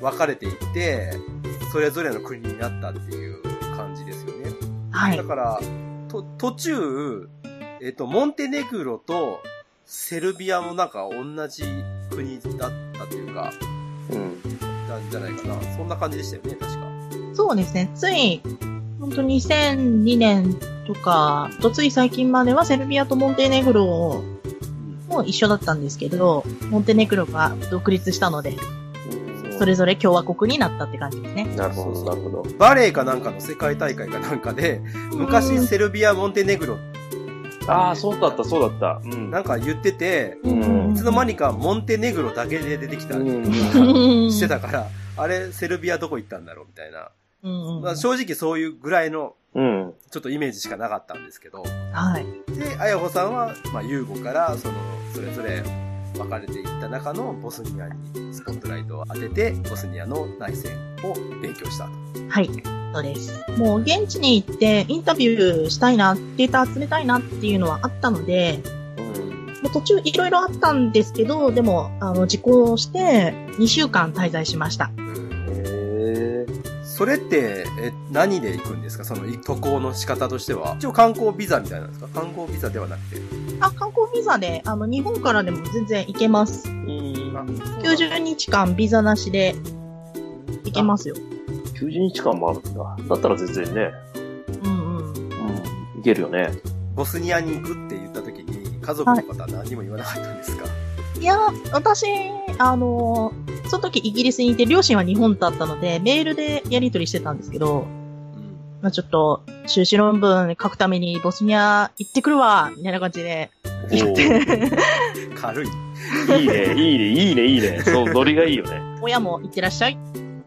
B: う、分かれていって、それぞれの国になったっていう感じですよね。
D: はい
B: だ。から、と、途中、えっと、モンテネグロとセルビアもなんか同じ国だったっていうか、
C: うん。
B: なんじゃないかな。そんな感じでしたよね、確か。
D: そうですね。つい、本当2002年とか、とつい最近まではセルビアとモンテネグロも一緒だったんですけど、モンテネグロが独立したので、それぞれ共和国になったって感じですね。
C: なるほど、なるほど。
B: バレエかなんかの世界大会かなんかで、昔
D: うん
B: セルビア、モンテネグロ
C: ああ、そうだった、そうだった。うん。
B: なんか言ってて、
C: うん
B: いつの間にかモンテネグロだけで出てきたり
C: うん
B: してたから、あれ、セルビアどこ行ったんだろうみたいな。
D: うんうん
B: まあ、正直そういうぐらいの、
C: うん。
B: ちょっとイメージしかなかったんですけど。
D: はい。
B: で、あやほさんは、まあ、ユーゴから、その、それぞれ分かれていった中のボスニアにスポットライトを当てて、ボスニアの内戦を勉強したと。
D: はい。そうです。もう現地に行ってインタビューしたいな、データ集めたいなっていうのはあったので、
C: うん。
D: もう途中いろいろあったんですけど、でも、あの、受講して2週間滞在しました。
C: へえ。
B: それって、え、何で行くんですかそのい渡航の仕方としては。一応観光ビザみたいなんですか観光ビザではなくて。
D: あ、観光ビザで、あの、日本からでも全然行けます。90日間ビザなしで行けますよ。
C: 90日間もあるんだ。だったら全然ね、
D: うんうん。
C: うん。いけるよね。
B: ボスニアに行くって言った時に、家族の方は何も言わなかったんですか、
D: いや、私、あの、その時イギリスにいて両親は日本だったので、メールでやり取りしてたんですけど、
B: うん
D: まあちょっと、修士論文書くためにボスニア行ってくるわ、みたいな感じで。
C: お
B: 軽い。
C: ーいいね、いいね、いいね、いいね。そう、ノリがいいよね。
D: 親も行ってらっしゃい、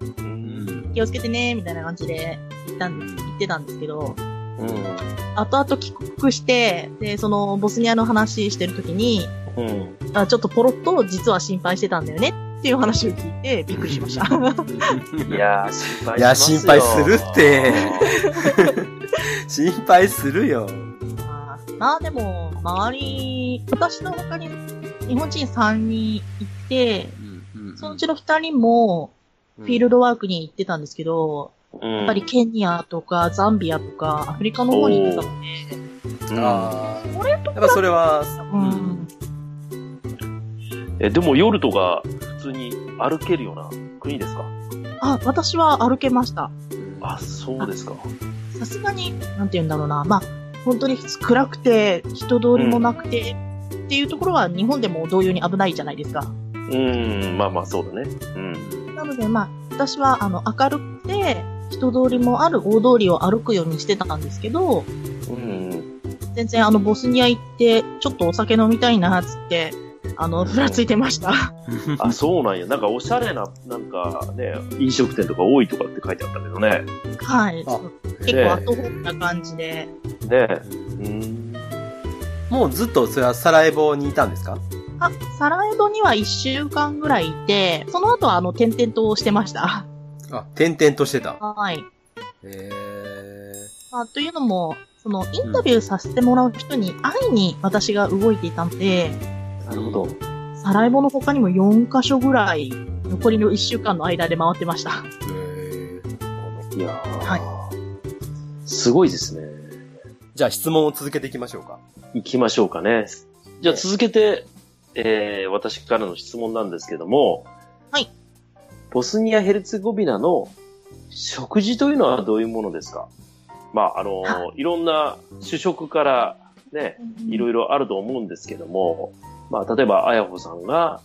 B: うん。
D: 気をつけてね、みたいな感じで行ったんです、行ってたんですけど、
C: う
D: 後々帰国して、で、その、ボスニアの話してる時に、
C: ん。うん。
D: あちょっとポロッと実は心配してたんだよね、っていう話を聞いて、びっくりしました。
C: いやー、心配
B: いや心配するって
C: て。
B: 心配するよ。
D: まあまあでも、周り、私の他に日本人3人いて、そのうちの2人も
B: フ
D: フィールドワークに行ってたんですけど、
C: うん
D: やっぱり、ケニアとかザンビアとかアフリカの方に行ってたので、
C: うん
B: ああ。
D: これ
B: やっぱそれは、
D: うん。
C: え、でも夜とか、普通に歩けるような国ですか
D: あ、私は歩けました。
C: あ、そうですか。
D: さすがに、なんて言うんだろうな、まあ、本当に暗くて、人通りもなくて、っていうところは日本でも同様に危ないじゃないですか。
C: うん、まあまあ、そうだね。うん。
D: なので、まあ、私は、あの、明るくて、人通りもある大通りを歩くようにしてたんですけど、
C: うん。
D: 全然、あの、ボスニア行って、ちょっとお酒飲みたいな、つって、あの、ふらついてました。
C: あ、そうなんや。なんか、おしゃれな、なんかね、飲食店とか多いとかって書いてあったけどね。
D: はい。
B: あ
D: 結構アットホームな感じで。
C: ねうん。
B: もうずっとそれはサラエボにいたんですか
D: あ、サラエドには1週間ぐらいいて、その後は、あの、転々として ました。
B: あ、転々としてた。
D: はい。
B: え
D: まあ、というのも、その、インタビューさせてもらう人に会いに私が動いていたので、
C: なるほど。
D: サラエボの他にも4カ所ぐらい、残りの1週間の間で回ってました。
C: いやー
D: は
C: すごいですね。
B: じゃあ質問を続けていきましょうか。
C: 行きましょうかね。じゃあ、続けて、えー、私からの質問なんですけども。
D: はい。
C: ボスニア・ヘルツェゴビナの食事というのはどういうものですかまあ、あのー、いろんな主食から、ね、いろいろあると思うんですけども、まあ、例えば、あやほさんが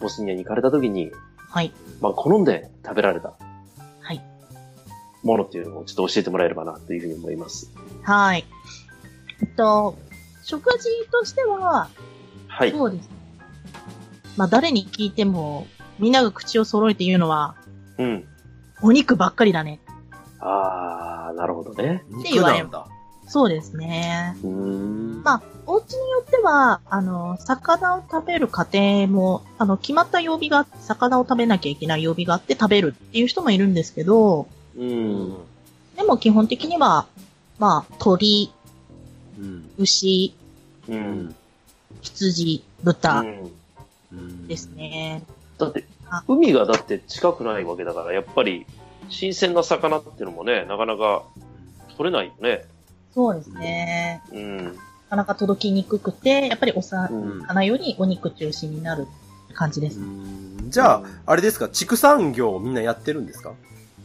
C: ボスニアに行かれた時に、
D: はい。
C: まあ、好んで食べられた
D: はい。
C: ものっていうのをちょっと教えてもらえればなというふうに思います。
D: はい。えっと、食事としては、
C: はい。
D: そうです。まあ、誰に聞いても、みんなが口を揃えて言うのは、
C: うん。
D: お肉ばっかりだね。
C: あー、なるほどね。
D: って
B: 肉
D: 言われ
B: な
D: る
B: んだ。
D: そうですね。
C: うーん。
D: まあ、お家によっては、あの、魚を食べる家庭も、あの、決まった曜日が、魚を食べなきゃいけない曜日があって食べるっていう人もいるんですけど、
C: うん。
D: でも基本的には、まあ、鳥、
B: うん。
D: 牛、
C: う。。
B: うん
D: 羊、
C: う
D: 豚
C: ん
B: うん
D: です。ね。
C: だって
D: あ、
C: 海がだって近くないわけだから、やっぱり、新鮮な魚っていうのもね、なかなか取れないよね。
D: そうですね。
C: うん。
D: なかなか届きにくくて、やっぱりお
C: う
D: 魚
C: ん。
D: よりお肉中心になる感じです。
B: うんじゃあ、あれですか、畜産業をみんなやってるんですか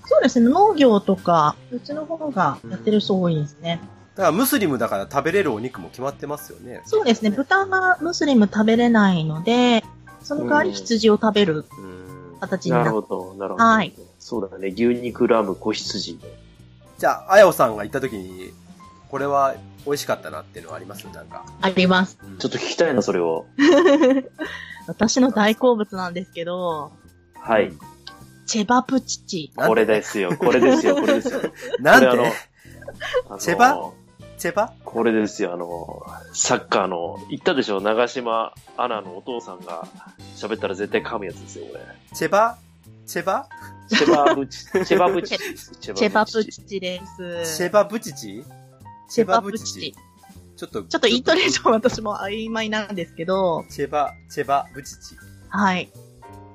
D: そうですね。農業とか、うちの方がやってる人多いですね。
B: だからムスリムだから食べれるお肉も決まってますよね。
D: そうですね。豚がムスリム食べれないので、その代わり羊を食べる
B: うん
D: 形にな
C: な
D: る。
C: るほど、なるほど。
D: はい。
C: そうだね。牛肉、ラム、子羊。
B: じゃあ、あやおさんが行った時に、これは美味しかったなっていうのはありますなんか。
D: あります。
B: うん
C: ちょっと聞きたいな、それを。
D: 私の大好物なんですけど、
C: はい。
D: チェバプチチ。
B: なんで
C: これですよ、これですよ、これですよ。
B: なん
C: これ
B: で
C: あの
B: チェバチェバ
C: これですよ、あの、サッカーの、言ったでしょ、長島アナのお父さんが喋ったら絶対噛むやつですよ、これ。
B: チェバチェバ
C: チェバ ブチ、チェバブチ、
D: チ
C: チ
D: ェバプチ。チです。
B: チェバブチチ
D: チェバプチチ。
B: ちょっと。
D: ちょっとイントネーション私も曖昧なんですけど、
B: チェバ、チェバブチチ。
D: はい。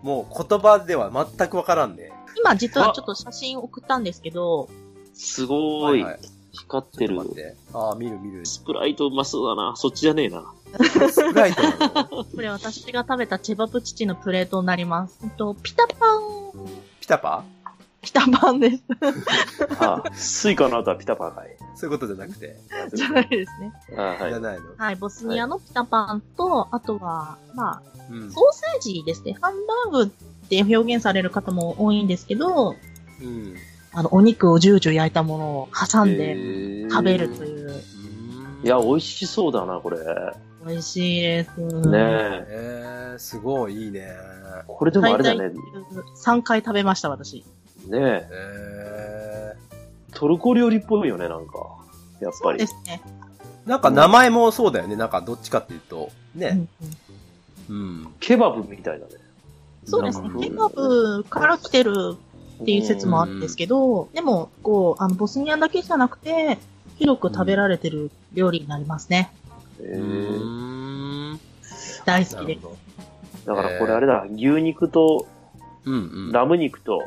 B: もう言葉では全くわからんね。
D: 今実はちょっと写真送ったんですけど、
C: すごい
B: は、は
C: 光っ
B: ちょ
C: て
B: っと
C: る。
B: 待って。ああ、見る見 る。
C: スプライトうまそうだな。そっちじゃねえ な。
B: スプライトなの
D: これ私が食べたチェバプチチのプレートになります。えっと、ピタパン、
B: ピタパ
D: ピタパン です。
C: ああスイカの後はピタパーかい。
B: そういうことじゃなくて。
D: じゃないですね。
C: ああは
B: じゃ
C: い。
B: ないの。
D: はい、ボスニアのピタパンと、あとは、まあ、
B: うん
D: ソーセージですね。ハンバーグって表現される方も多いんですけど、
B: うん。
D: あの、お肉をジュージュー焼いたものを挟んで
B: で
D: 食べるという、
B: うん。
C: いや、美味しそうだな、これ。ね
D: 美味しいです。
C: え。
B: えー、すごいいいね。
C: これでもあれだね。
D: 3回食べました、私。
C: ねえ。
B: え
C: トルコ料理っぽいよね、なんか。やっ
D: そ
C: ぱ
D: う
C: り
D: で。すね。
B: ー、なんか名前もそうだよね。なんかどっちかっていうと。
D: う
B: ね。
D: んうん
B: うん。
C: ケバブみたいだね。
D: そうですね
C: なん。か
D: ケバブから来てるっていう説もあるんですけど、でも、こう、あの、ボスニアンだけじゃなくて、広く食べられてる料理になりますね。
C: え
B: う
C: ー
B: ーん。
D: 大好
B: な
D: き
B: る
D: で。
B: ほど。
C: だからこれあれだ、牛肉と
B: うんうん。
C: ラム肉と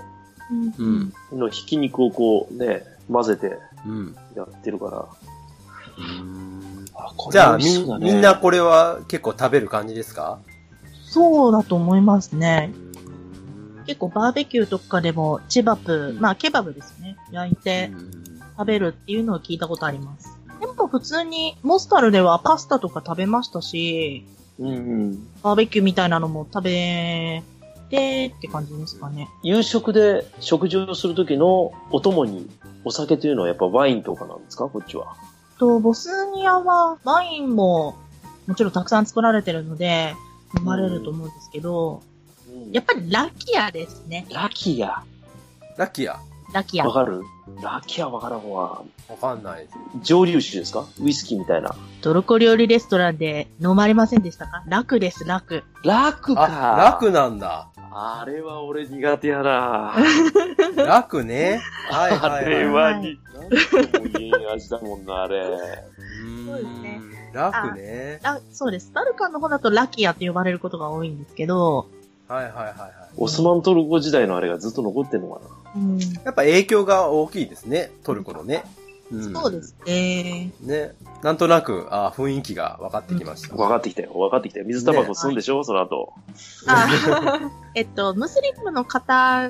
D: うん
B: うん。
C: のひき肉をこうね、混ぜて
B: うん。
C: やってるから。あこれ
B: じゃあ、
C: 美味し
B: み
C: そうだ、ね
B: みんなこれは結構食べる感じですか
D: そうだと思いますね。結構バーベキューとかでも、チバプ、
B: うん
D: まあ、ケバブですね。焼いて食べるっていうのを聞いたことあります。でも普通に、モスタルではパスタとか食べましたし、
C: うんうん。
D: バーベキューみたいなのも食べてって感じですかね。
C: 夕食で食事をするときのお供にお酒というのはやっぱワインとかなんですかこっちは。
D: と、ボスニアはワインももちろんたくさん作られてるので、飲まれると思うんですけど、やっぱりラキアですね。
C: ラキア。
B: ラッキーや。
D: ラキア
C: わ。かるラキアわからんわ。
B: わかんない。
C: 蒸留酒ですかウイスキーみたいな。
D: トルコ料理レストランで飲まれませんでしたかラクです、ラク。
C: ラクか。
B: あ、楽なんだ。
C: あれは俺苦手やな。
B: 楽 ね。はい
C: あ
B: はい、
C: れ
B: はい。
C: はに、なんとも言えん味だもんな、あれ。
B: そ
D: そうですね。
B: 楽ね。
D: あそうです。ダルカンの方だとラキアって呼ばれることが多いんですけど、
B: はいはいはいはい。
C: オスマントルコ時代のあれがずっと残ってんのかな。
D: うん、
B: やっぱ影響が大きいですね。トルコのね。ん
D: そうです。ね。
B: ね。なんとなく、あ雰囲気が分かってきました。
C: 分かってきたよ、分かってきたよ。水タバコ吸うんでしょ、その後。
D: あ えっと、ムスリムの方が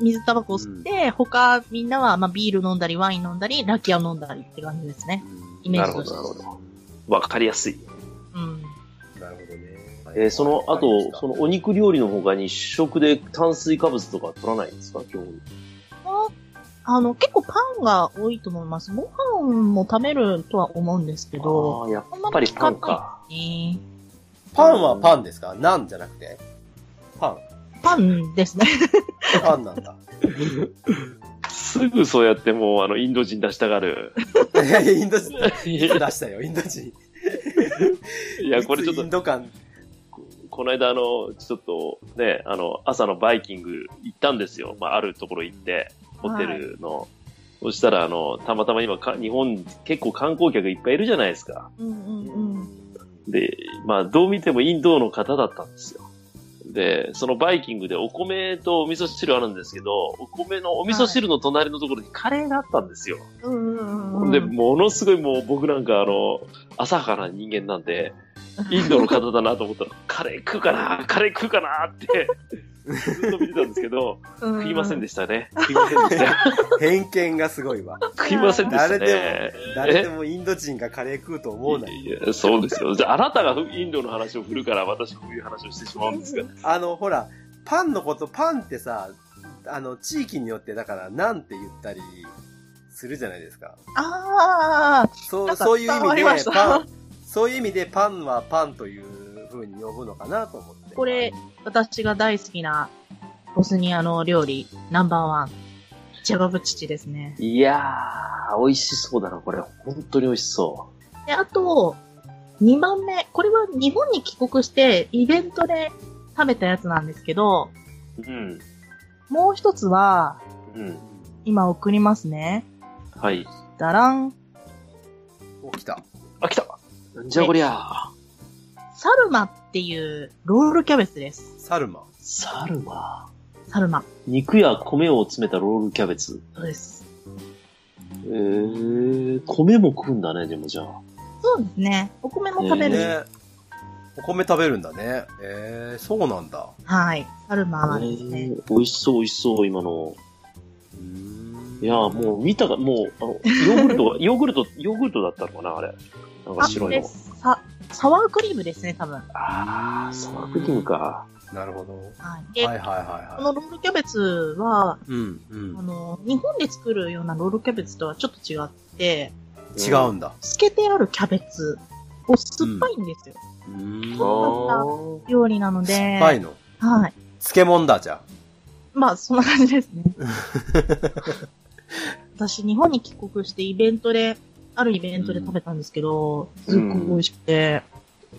D: 水タバコを吸って、他みんなは、まあ、ビール飲んだり、ワイン飲んだり、ラキア飲んだりって感じですね。イメ
C: な
D: ー
C: る
D: ジ
C: ほ
D: と
C: ど、
D: して
C: なるほど。分かりやすい。
D: うん。
B: なるほどね。
C: えーその後、そ
B: の、
C: のお肉料理の他に主食で炭水化物とか取らないんですか今日。
D: まああの、結構パンが多いと思います。ご飯も食べるとは思うんですけど、
C: ああ、やっ
D: あんま
C: ぱ
D: り
C: り
D: 聞
C: パ
D: か
C: ンか。
D: ないですね。
B: パンはパンですかナンじゃなくてパン。
D: パンで すね。
B: パンなんだ。
C: すぐそうやってもう、あの、インド人出したがる。
B: いやいや、インド人。
C: い
B: 出したよ、インド人。い
C: や、これちょっ
B: イン
C: と、
B: ド感。
C: この間、あの、ちょっと、ね、あの、朝のバイキング行ったんですよ。まあ、あるところ行って、ホテルの。そしたら、あの、たまたま今か、日本結構観光客いっぱいいるじゃないですか。
D: うんうんうん。
C: で、まあ、どう見てもインドの方だったんですよ。で、そのバイキングでお米とお味噌汁あるんですけど、お米のお味噌汁の隣のところにカレーがあったんですよ。
D: うんうんうん
C: で、ものすごいもう僕なんかあの、浅はかな人間なんで、インドの方だなと思ったら、カレー食うかなカレー食うかなって、ずっと見てたんですけど、食いませんで
D: し
C: したね。食いませんでした。
B: 偏見がすごいわ。
C: 食いませんでしたね
B: 誰。誰でもインド人がカレー食うと思うなよ。
C: いやいやそうですよ。じゃあ、あなたがインドの話を振るから、私こういう話をしてしまうんですが。
B: あの、ほら、パンのこと、パンってさ、あの、地域によって、だから、なんて言ったり、するじゃないですか。
D: あー、
B: そ
D: な
B: うん
D: か
B: そういう意
D: 伝わりま
B: 味
D: し
B: で
D: た
B: パン、そういう意味でパンはパンという風に呼ぶのかなと思って。
D: これ、私が大好きなボスニアの料理、ナンバーワン。ジャガブチチですね。
C: いやー、美味しそうだな、これ。本当に美味しそ
D: で、あと、2番目。これは日本に帰国して、イベントで食べたやつなんですけど、
C: う。うん。
D: もう一つは、
C: うん。
D: 今送りますね。
C: はい。
D: ダラン、
B: お、来た。
C: あ、来たなんじゃこりゃ。
D: サルマっていうロールキャベツです。
B: サルマ。
C: サルマ。
D: サルマ。
C: 肉や米を詰めたロールキャベツ。
D: そうです。
C: えー、米も食うんだね、でもじゃあ。
D: そうですね。お米も食べる。
B: ね。お米食べるんだね。えー、そうなんだ。
D: はい。サルマは
C: え
D: ですね。
C: ー美味しそう、美味しそう、今の。
B: うーん
C: いやー、もう見たか、もう、あのヨーグルト が、ヨーグルト、ヨーグルトだったのかな、あれ。なんか白い
D: で
C: の。
D: さサワークリームですね、多分。
C: あー、サワークリームか。
B: なるほど。
D: はい。で、
B: はいはいはい
D: こ
B: は
D: のロールキャベツは、
B: い。うん、う
D: あ
B: ん。
D: の、日本で作るようなロールキャベツとはちょっと違って、
B: 違うんだ。
D: 漬けてあるキャベツ、お酸っぱいんですよ。
B: うーん。
C: あ
B: 酸
C: ー
D: 料理なので。
B: っぱいの。
D: はい。
B: 漬物だ、じゃ
D: まあ、そんな感じですね。私、日本に帰国してイベントで、あるイベントで食べたんですけど、すっごく美味しくて、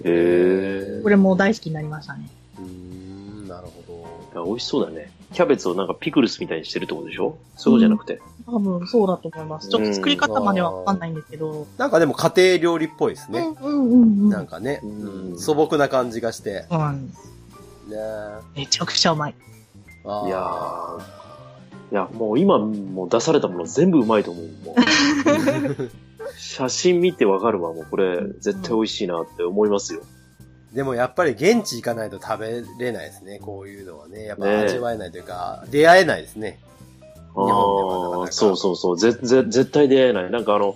C: えー
D: こ。れもう大好きになりましたね。
B: あ。うーん、なるほど。
C: いや美味しそうだね。キャベツをなんかピクルスみたいにしてるってことでしょそうじゃなくて。
D: 多分そうだと思います。ちょっと作り方まではわかんないんですけど。
B: なんかでも家庭料理っぽいです
D: う
B: ね。
D: んうんうんうん。
B: なんかね、
C: うん
B: 素朴な感じがして。
D: そうなんです。
B: ね
D: めちゃくちゃうまい。
B: あー
C: いやーいや、もう今、もう出されたもの全部うまいと思う。もう 写真見てわかるわ、もうこれ、絶対美味しいなって思いますよ。
B: でもやっぱり現地行かないと食べれないですね、こういうのはね。やっぱ
C: ねえ
B: 味わえないというか、出会えないですね。
C: あ
B: 本ではなかな
C: あ
B: か
C: ー、そうそうそう、ぜ、ぜ、絶対出会えない。なんかあの、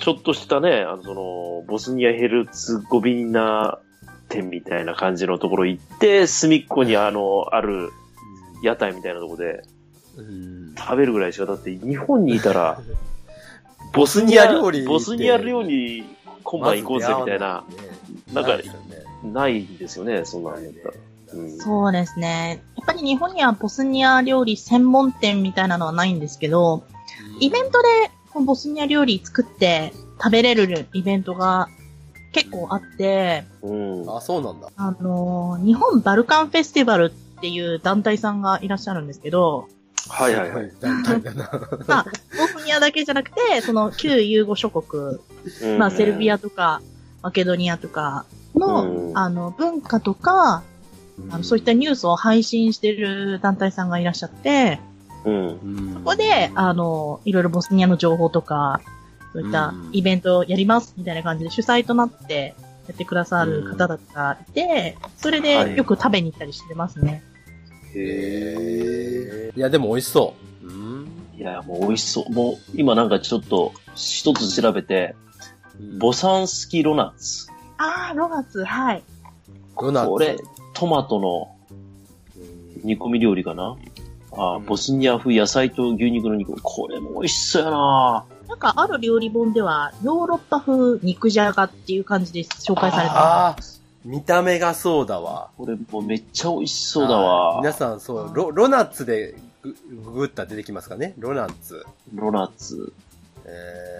C: ちょっとしたね、あの、その、ボスニアヘルツゴビナ店みたいな感じのところ行って、隅っこにあの、ある屋台みたいなとこで
B: うん
C: 食べるぐらいしか、だって日本にい たら、
B: ボスニア料理
C: ボスニア料理今晩行こうぜみたいな、
B: まず出会わいね
C: なん
B: い
C: か
B: ですよね
C: ないんですよね、そんなのやったら。うん
D: そうですね。やっぱり日本にはボスニア料理専門店みたいなのはないんですけど、イベントでこのボスニア料理作って食べれるイベントが結構あって、
C: うん。
B: あ、そうなんだ。
D: あのー日本バルカンフェスティバルっていう団体さんがいらっしゃるんですけど、
C: はいはいはい。
B: すご団体だな。
D: まあ、ボスニアだけじゃなくて、その旧ユーゴ諸国、まあ、セルビアとか、マケドニアとかの、
C: うん
D: あの、文化とか、あのそういったニュースを配信してる団体さんがいらっしゃって、
C: うん。
B: うん、
D: ここで、あの、いろいろボスニアの情報とか、そういった
B: うん
D: イベントをやりますみたいな感じで主催となってやってくださる方々がいて、それ
C: はい
D: でよく食べに行ったりしてますね。
C: へえ。
B: いや、でも美味しそう。うん。
C: いや、もう美味しそう。もう、今なんかちょっと、一つ調べて、ボサンスキロナッツ。
D: ああ、ロガツ、はい。
B: ロナッツ
C: これ、トマトの煮込み料理かな。あーボスニア風野菜と牛肉の煮込み。これも美味しそうやな
D: なんか、ある料理本では、ヨーロッパ風肉じゃがっていう感じで紹介されてます
B: ああ、見た目がそうだわ。
C: これもうめっちゃ美味しそうだわ。
B: 皆さん、そう、ロ、ロナッツでグググったら出てきますかねロナッツ。
C: ロナッツ。
B: えー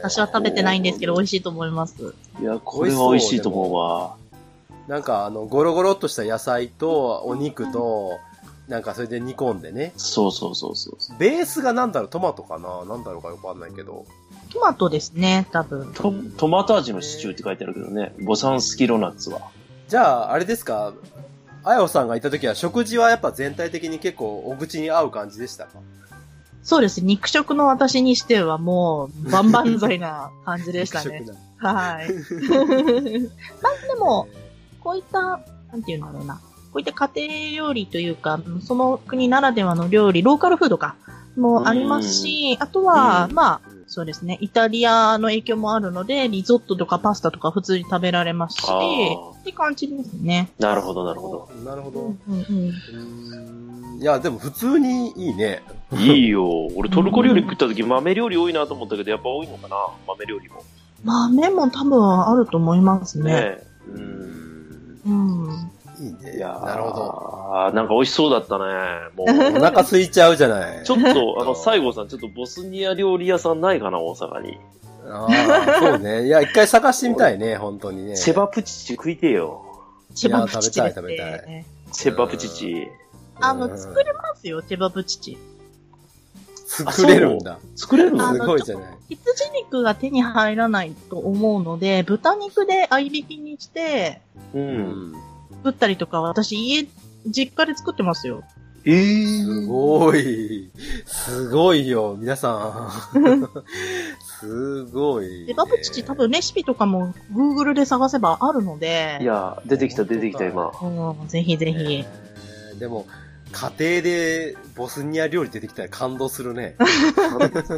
D: 私は食べてないんですけど、美味しいと思います。
C: いや、これは美味しいと思うわ。
B: なんか、あの、ゴロゴロっとした野菜と、お肉と、なんかそれで煮込んでね。
C: そうそうそうそうそう。
B: ベースがなんだろうトマトかななんだろうかよくわかんないけど。
D: トマトですね、多分。
C: トトマト味のシチューって書いてあるけどね、ボサンスキロナッツは。
B: じゃあ、あれですかあやおさんがいた時は食事はやっぱ全体的に結構お口に合う感じでしたか
D: そうです。肉食の私にしてはもう、万々歳な感じでしたね
B: 肉。食な
D: はい。まあでも、こういった、なんていうんだろうな。こういった家庭料理というか、その国ならではの料理、ローカルフードか、もありますし、あとは、
C: うん
D: まあ、そうですね、イタリアの影響もあるので、リゾットとかパスタとか普通に食べられますし
C: あ、ー
D: って感じですね。
C: なるほど、なるほど。
B: なるほ
D: う
B: ど
D: ん。うんうん
B: うーんいや、でも普通にいいね。
C: いいよ。俺トルコ料理食った時豆料理多いなと思ったけど、やっぱ多いのかな豆料理も。
D: 豆も多分あると思いますね。
C: ねえ。うん。
D: うん。
B: いいね。
C: いやー
B: なるほど。。
C: あーなんか美味しそうだったね。
B: お
C: も う。
B: 腹空いちゃうじゃない。
C: ちょっと、あの、西郷さん、ちょっとボスニア料理屋さんないかな、大阪に。
B: ああ、そうね。いや、一回探してみたいね、本当にね。
C: チェバプチチ食いてえよ。
D: チェバプチチ
B: いや
D: です、
B: 食べたい食べ
D: ね。
C: チェバプチチ。
D: あ
B: う
D: の、
B: ん
D: 作れますよ、チェバプチチ。
B: 作れるんだ。
C: 作れるの
D: あ
B: す
D: の
B: ごいじゃない。
D: 羊肉が手に入らないと思うので、豚肉で合いびきにして、
C: う。
B: うんん。
D: 作ったりとか、私家、実家で作ってますよ。
C: えー
B: すごい。すごいよ、皆さ ん。すごい、
D: チェバプチチ多。分レシピとかも Google で探せばあるので、
C: いや、出てきた、出てき た、今。
D: うんぜひぜひ。
B: えーでも、家庭でボスニア料理出てきたら感動するね。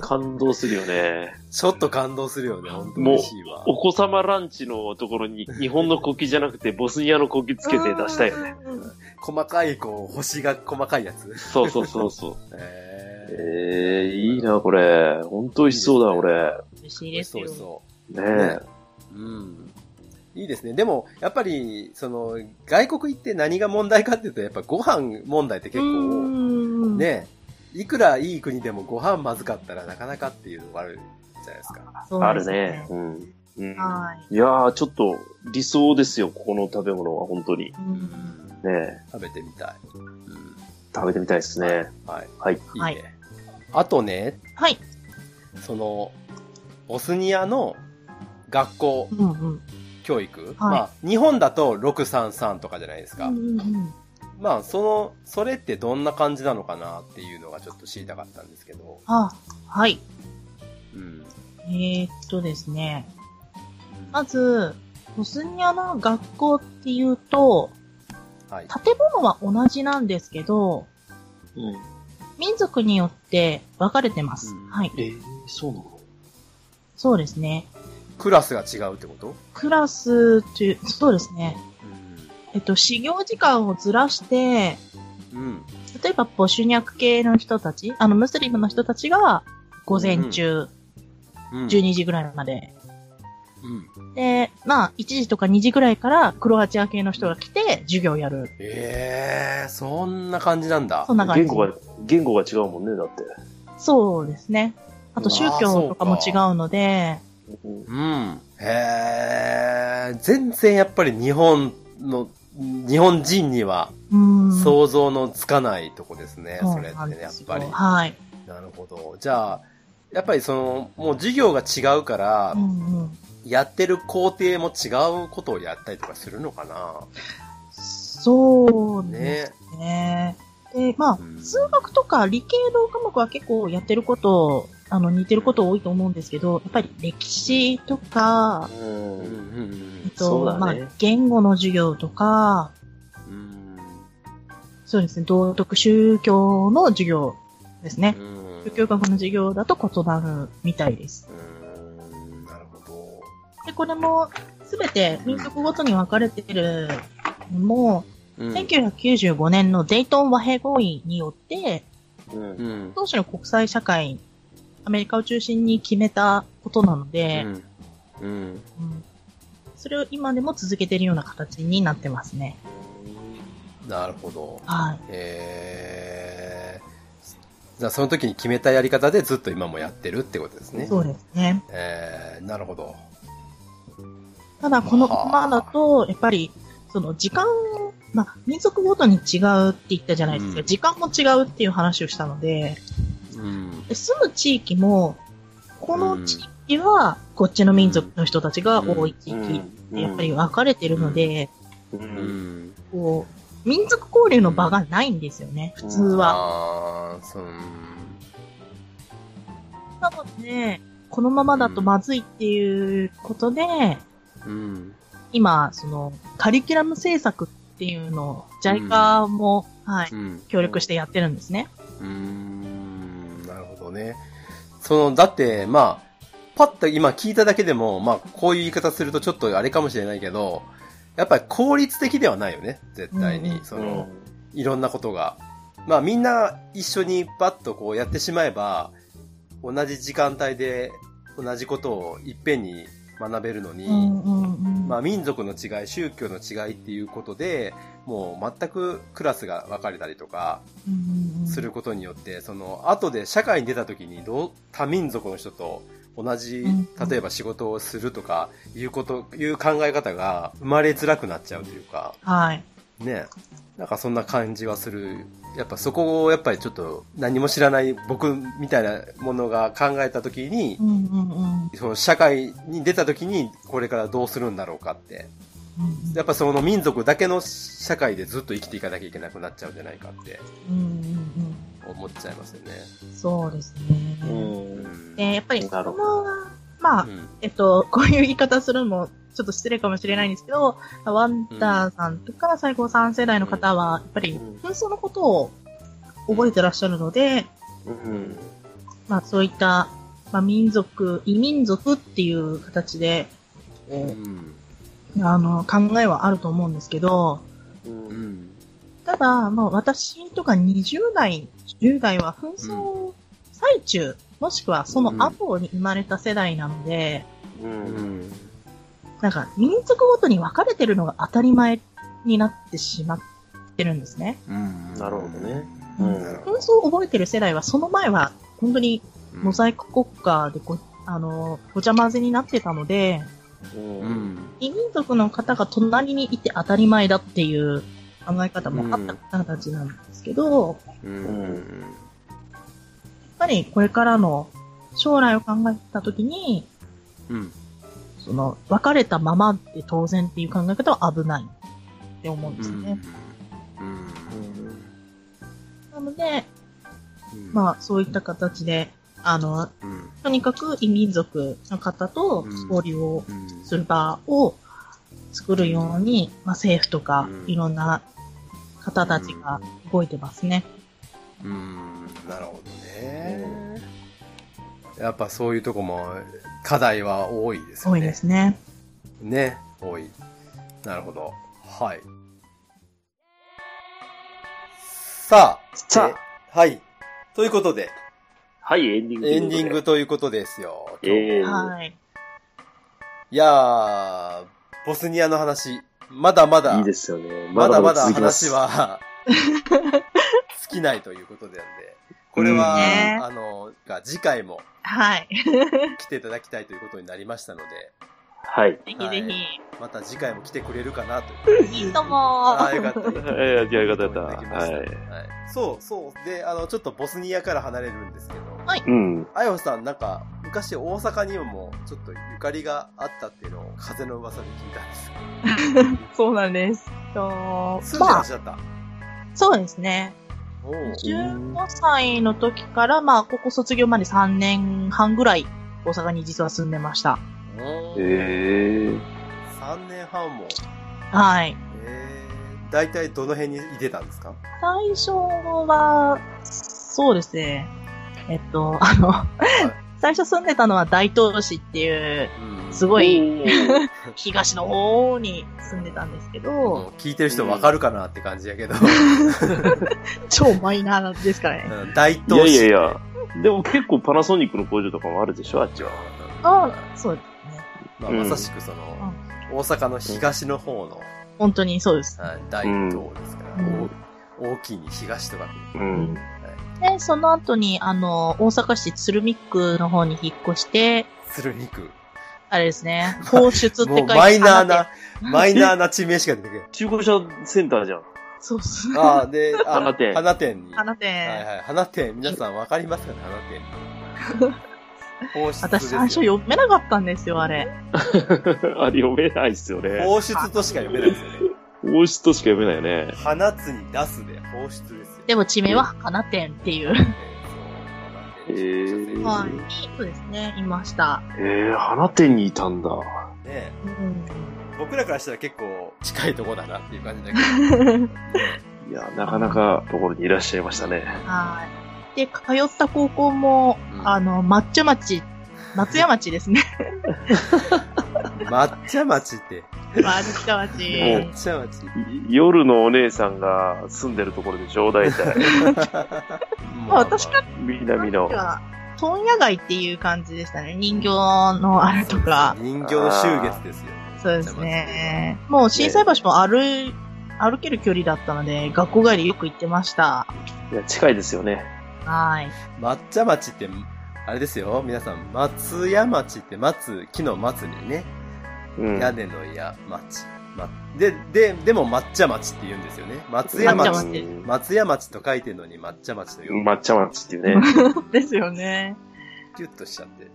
C: 感動するよね。
B: ちょっと感動するよね、本当に嬉しいわ。
C: お子様ランチのところに、日本の国旗じゃなくて、ボスニアの国旗つけて出したいよ ね。
D: うん
B: 細かい、こう、星が細かいやつ。
C: そうそうそうそう。
B: えー
C: ええいいな、これ。ほんと美味しそうだ、俺。
D: 美味しい
B: 美
D: で
B: 味し
D: す
B: そう、美
D: よ
B: 味し。そ
C: ね
B: う。
C: え
B: ね。うん。いいですね。でも、やっぱり、その、外国行って何が問題かっていうと、やっぱご飯問題って結構、
D: 構、
B: ね、いくらいい国でもご飯まずかったらなかなかっていうのがあるじゃないですか。
D: そう
C: あ
D: で
C: る
D: す
C: ね。。うん。うん
D: はい
C: やー、ちょっと理想ですよ、ここの食べ物は、本当に。
D: うん
C: ねえ
B: 食べてみたい。う
C: 食べてみたいですね。
B: ん。はい。
C: はい。
B: いいね。
D: はい
B: あとね、
D: はい。
B: その、ボスニアの学校
D: うんうん。
B: 教育、
D: はい
B: まあ、日本だと633とかじゃないですか。
D: うんうんうん
B: まあ、その、それってどんな感じなのかなっていうのがちょっと知りたかったんですけど。
D: あ、はい。
B: うん。
D: えー、っとですね。まず、ボスニアの学校っていうと、
B: はい。
D: 建物は同じなんですけど、
C: うん。
D: 民族によって分かれてます。
B: うん
D: はい。
C: えー、そうなの
D: そうですね。
B: クラスが違うってこと
D: クラスという、 そうですね。えっと、始業時間をずらして、
B: うん。うん。
D: 例えば、ボシュニャク系の人たち、あの、ムスリムの人たちが、午前中、
B: うん。
D: 12時ぐらいまで。
B: うん。
D: で、まあ、1時とか2時ぐらいから、クロアチア系の人が来て、授業やる。
B: ええー、そんな感じなんだ
D: そ。んな感
C: 言
D: じ。
C: 語が、言語が違うもんね、だって。
D: そうですね。あと、
C: うわ
D: 宗教とかも違うので、
C: うん
B: うん。へえ、全然やっぱり日本の、日本人には
D: うん。う
B: 想像のつかないとこですね、
D: そ
B: そうれ
D: な
B: っ
D: ん
B: てね、
D: で
B: やっ
D: すよ
B: ぱり。
D: はい。
B: なるほど。じゃあ、やっぱりその、もう授業が違うから
D: う、んうん。
B: やってる工程も違うことをやったりとかするのかな
D: そうで
B: ね
D: す。ね。で、まあ
B: う、ん
D: 数学とか理系の科目は結構やってること、あの、似てること多いと思うんですけど、やっぱり歴史とか、
B: うんうん
D: えっ
C: そう
D: と、
C: だね
D: まあ、言語の授業とか、
B: うんうん。
D: そうですね、道徳宗教の授業ですね。
B: うん
D: 宗教学の授業だと異なるみたいです。
B: うんなるほ
D: で、これも、すべて民族ごとに分かれてるのも、
B: ど。うん
D: 1995年のデイトン和平合意によって、
C: うん
B: う。ん。
D: 当時の国際社会、アメリカを中心に決めたことなの
B: う
D: で、
B: ん。うん。
D: うんそれを今でも続けてるような形になってますね。
B: なるほど。
D: はい。
B: えー。じゃあその時に決めたやり方でずっと今もやってるってことですね。
D: そうですね。
B: えー、なるほど。
D: ただ、この
B: はあ
D: ままだと、やっぱり、その時間、まあ、民族ごとに違うって言ったじゃないですか。
B: うん
D: 時間も違うっていう話をしたので、
B: うん。
D: で住む地域も、この地域は、こっちの民族の人たちが多い地域ってやっぱり分かれてるので、
C: う。
B: うんん。
D: こう、民族交流の場がないんですよね、普通は。
B: あー、その、
D: なので、このままだとまずいっていうことで、
B: うん。
D: 今、その、カリキュラム制作っていうのを、JICA も、はい、
B: うん。
D: 協力してやってるんですね。
B: うーんなるほどね。その、だって、まあ、パッと今聞いただけでも、まあ、こういう言い方するとちょっとあれかもしれないけど、やっぱり効率的ではないよね、絶対に。
D: うん
B: その、いろんなことが。まあみんな一緒にバッとこうやってしまえば、同じ時間帯で同じことをいっぺんに学べるのに、
D: うんうんうん。
B: まあ民族の違い、宗教の違いっていうことで、もう全くクラスが分かれたりとか
D: うんうんうん
B: することによって、その後で社会に出た時にどう多民族の人と同じ
D: うん、
B: 例えば仕事をするとかいうこと、いう考え方が生まれづらくなっちゃうというか、
D: はい。
B: ねなんかそんな感じはする。やっぱそこをやっぱりちょっと何も知らない僕みたいなものが考えた時に
D: う、んうんうん。
B: その社会に出た時にこれからどうするんだろうかって。やっぱその民族だけの社会でずっと生きていかなきゃいけなくなっちゃうんじゃないかって
D: うんうん
B: 思っちゃいますよね。
D: うん。そうです
C: う。
D: ね。
B: うんん。
D: で、やっぱり子
C: なるほ
D: 供が、まあ
B: う、ん
D: えっと、こういう言い方するのも、ちょっと失礼かもしれないんですけど、ワンダーさんとか、最高3世代の方は、やっぱり
C: うん、
D: 紛争のことを覚えてらっしゃるので、
C: うん。
D: まあ、そういった、まあ、民族、異民族っていう形で、
B: う
D: え
B: ん。
D: ーあの、考えはあると思うんですけど、
C: うん
B: うん。
D: ただ、まあ、私とか20代、10代は紛争最中、もしくはその後に生まれた世代なので、
C: う。
B: うんん。
D: なんか民族ごとに分かれてるのが当たり前になってしまってるんですね。
B: うん。
C: なるほどね。
B: うん。なるほ
D: 紛争を覚えてる世代は、その前は本当に
B: ど。
D: モザイク国家でご、あの、ごちゃ混ぜになってたので、
B: う
C: うん
B: ん。
D: 異民族の方が隣にいて当たり前だっていう考え方もあった方たちなんですけど、
B: うん。うん。
D: やっぱりこれからの将来を考えたときに、
B: うん。
D: その、別れたままで当然っていう考え方は危ないって思うんですよね。
B: うん。
D: なので、
B: うん。
D: まあ、そういった形で、あ
B: う
D: の、
B: ん。
D: とにかく異民族の方と
B: うん
D: 交流を
B: うん。
D: する場を作るように、まあ、政府とか
B: うん
D: いろんな方たちが動いてますね。
B: うん。なるほどね。やっぱそういうとこも課題は多いですよ
D: 多
B: ね。
D: いですね。
B: ね、多い。なるほど。はい。さあ、
C: さ
B: あ、はい。ということで、
C: はい、エンディング。
B: エンディング。ということですよ。今日
C: ええ。
D: はい。
B: いやー、ボスニアの話、まだまだ、
C: いいですよね。
B: まだまだ
C: 続きます
B: 話。は、 尽きないということなんで、これは、
C: うん
D: ね
B: あの、が次回も
D: はい。
B: 来ていただきたいということになりましたので、
C: はい。
D: ぜひぜ
B: また次回も来てくれるかなと。
D: ひ。いいとも
B: ああ、よかった。
C: ええ、よかった。
B: いただきました
C: はい。
B: はいそうそう。で、あの、ちょっとボスニアから離れるんですけど、
C: うん。
B: あやほさん、なんか、昔大阪にもちょっとゆかりがあったっていうのを風の噂で聞いたんですけ
D: そうなんです。と
B: ど、住んで
D: ま
B: ら
D: あ
B: っ、しゃった。
D: そうですね。
B: おう
D: 15歳の時から、まあ、ここ卒業まで3年半ぐらい、大阪に実は住んでました。
B: おう。
C: ええ。
B: 3年半も。
D: はい。
B: えー、大体どの辺にいてたんですか
D: 最初は、そうですね。えっと、 あの、最初住んでたのは大東市っていう、
B: うん
D: す
B: ご
D: ごい
C: い。
D: 東の方に住んでたんですけど、
B: 聞いてる人わかるかなって感じやけど、
D: 超マイナーなんですからね。
B: うん大
C: いや
B: 東
C: い
B: 市。
C: やいや。でも結構パナソニックの工場とかもあるでしょ、あっちは。
D: あそうですね。
B: まあ、
C: うん
B: まさしくその、大阪の東の方の、
D: 本当にそうです。
B: はい大東ですから、
D: うん
B: 大きいに東とか
C: うん。
D: で、その後に、あの、大阪市鶴見区の方に引っ越して、
B: 鶴見区。
D: あれで すね、放出って書
B: も
D: いうて
B: マイナー
D: あ
B: な、マイナーな地名しか出て くる。
C: 中古車センター じゃん。
D: そうっす。
B: ああ、で、あ
C: 花店
B: 花店に。
D: 花店、
B: はいはい。花店、皆さんわかりますかね花店。 放出
D: 私
B: ですよ
D: 最初読めなかったんですよ、あれ。
C: あれ読めないっすよね。
B: 放出としか読めないですよね。
C: 王室としか読めないよね。
B: 花つに出すで放出ですよ。
D: でも地名は花店っていう。
B: えー、そう、花店。
C: へー
D: はい
C: うん。
D: そうですね、いました。
C: えー、花店にいたんだ。
B: ね
D: うん。
B: 僕らからしたら結構近いとこだなっていう感じだけど。ね
C: いや、なかなかところにいらっしゃいましたね。
D: はい。で、通った高校も、
B: うん
D: あの、抹茶町、松屋町ですね。
B: 抹茶町って。
D: 抹茶町。
B: 抹茶町。
C: 夜のお姉さんが住んでるところでしょ、大 体。
D: まあ、私から
C: 南の。
D: は、問屋街っていう感じでしたね。人形のあれとか。
B: 人形の終月ですよ。
D: そうですね。もう震災橋も歩い、歩ける距離だったので、学校帰りよく行ってました。
C: いや近いですよね。
D: はい。
B: 抹茶町って、あれですよ、皆さん、松屋町って松、木の松にね、
C: うん。
B: 屋根の屋、町。ま、で、で、でも抹茶町って言うんですよね。松屋
D: 抹茶
B: 町。
D: 町
C: うん
B: 松屋町と書いてるのに抹茶町のように
C: 抹茶町っていうね。
D: ですよね。
B: キュッとしちゃって。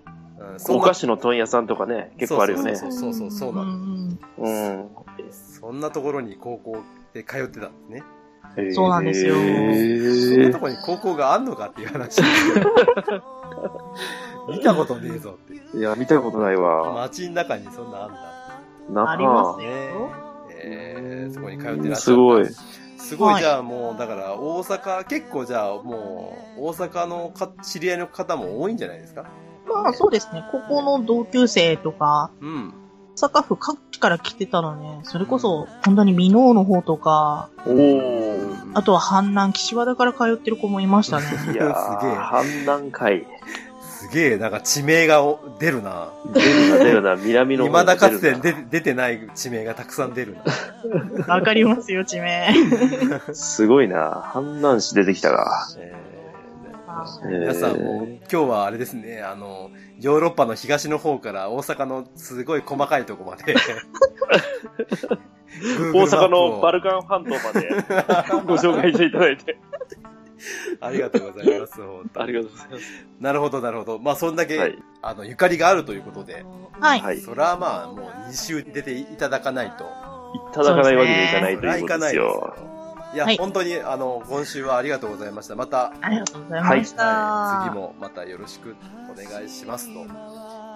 B: うん、 そん
C: お
B: な
C: 菓子の問屋さんとかね、結構あるよね。
B: そうそうそうそうなの
D: ん
C: うん
B: そんなところに高校で通ってたんですね。
D: そうなんですよ
B: そ
C: へ
B: んなと
C: ー
B: ころに高校があんのかっていう話。 見たことねえぞって。
C: いや、見たことないわ。
B: 街の中にそんなあんだ。
C: な
D: あります
C: あ
D: ね
B: ねえーそこに通ってらっしゃる。
C: すごい。
B: すご、
D: はいい
B: じゃあもう、だから大阪、結構じゃあもう、大阪のか知り合いの方も多いんじゃないですか
D: まあそうですね。高校の同級生とか、
B: うん。
D: 大阪府各地から来てたのね、それこそ本当に箕面の方とか、
C: おー。
D: あとは阪南、岸和田から通ってる子もいま したね。
C: いやー、
B: すげえ
C: 阪南海。
B: すげえ、なんか地名がお出るな。
C: 出るな、出るな、南の
B: 未
C: 方
B: だ
C: に出
B: か
C: るな
B: つて出出てない地名がたくさん出るな。
D: わかりますよ、地名。
C: すごいな。阪南市出てきたが。
B: えー
D: あ
C: えー
B: 皆さんもう今日はあれですね、あの、ヨーロッパの東の方から大阪のすごい細かいとこま で。
C: 大
B: Google
C: 阪のバ
B: マッ
C: ルカン半島ま で
B: プを
C: ご紹介していただいて。
B: ありがとうございます。本当
C: ありがとうございます。
B: なるほど、なるほど。まあ、そんだけ、
C: はい。
B: あの、ゆかりがあるということで、
D: はい。
C: はい。い
B: それはまあ、もう2週出ていただかないと。
C: ただかないわけにいかない
B: そ
C: と
B: れは
C: いう
B: い
C: こと
B: か
C: で
B: ないです
C: すよ
B: よ。。いや、
D: はい
B: 本当に、あの、今週はありがとうございました。また、
D: ありがとうございました。
B: はい、次もまたよろしくお願いしますと。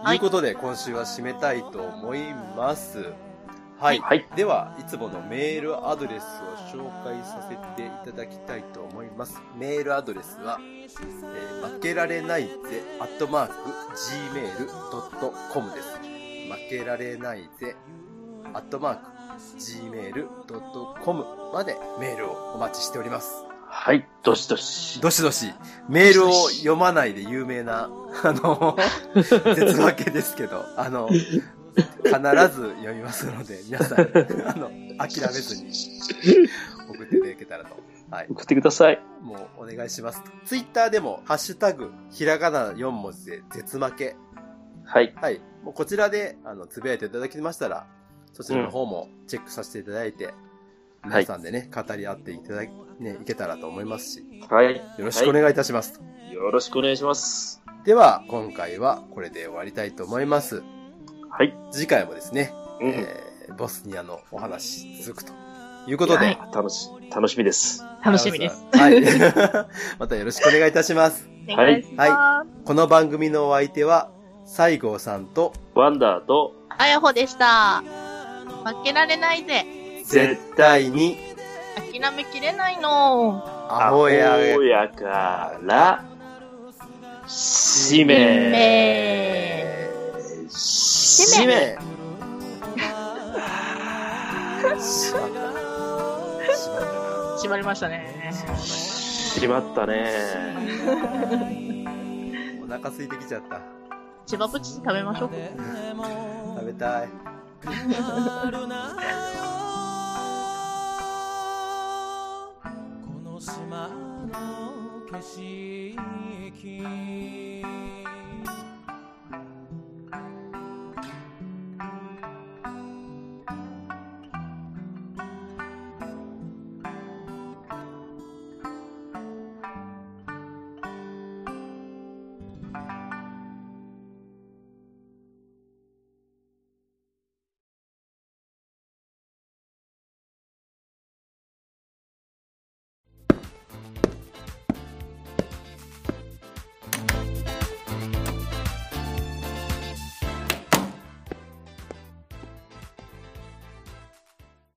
B: い、
D: いう
B: ことで、今週は締めたいと思います。はい。
C: はい。
B: では、いつものメールアドレスを紹介させていただきたいと思います。メールアドレスは、えー負けられないぜ、アットマーク、gmail.com です。負けられないぜ、アットマーク、gmail.com までメールをお待ちしております。
C: はい。どしどし。
B: どしどし、メールを読まないで有名な、あの、絶わけですけど、あの、必ず読みますので、皆さん、あの、諦めずに送っていただけたらと。はい。
C: 送ってください。
B: もうお願いしますと。ツイッターでも、ハッシュタグ、ひらがな4文字で、絶負け。
C: はい。
B: はい。もうこちらで、あの、つぶやいていただきましたら、そちらの方もチェックさせていただいて、
C: はい
B: 皆さんでね、語り合っていただ、ね、いけたらと思いますし、よ
C: はい。
B: ろしくお願いいたします。
C: よろしくお願いします。
B: では、今回はこれで終わりたいと思います。
C: はい。
B: 次回もですね、
C: うん。
B: えーボスニアのお話続くということで、
D: はい
C: 楽し、楽しみです。
D: 楽しみです。。
B: はい。 またよろしくお願いいたします。
D: お願いしま
B: この番組のお相手は、西郷さんと、
C: ワンダーと、
D: す。あやほでした。負けられないぜ。
B: 絶対に、
D: 諦めきれないの。
B: アホや
C: アホやから、しめ。
D: め
C: し
B: めしま
D: ー。縛りましたね。
C: しまったね。
B: お腹空いてきちゃった。
D: 千葉プチ食べましょう。
B: 食べたい。
E: この島の景色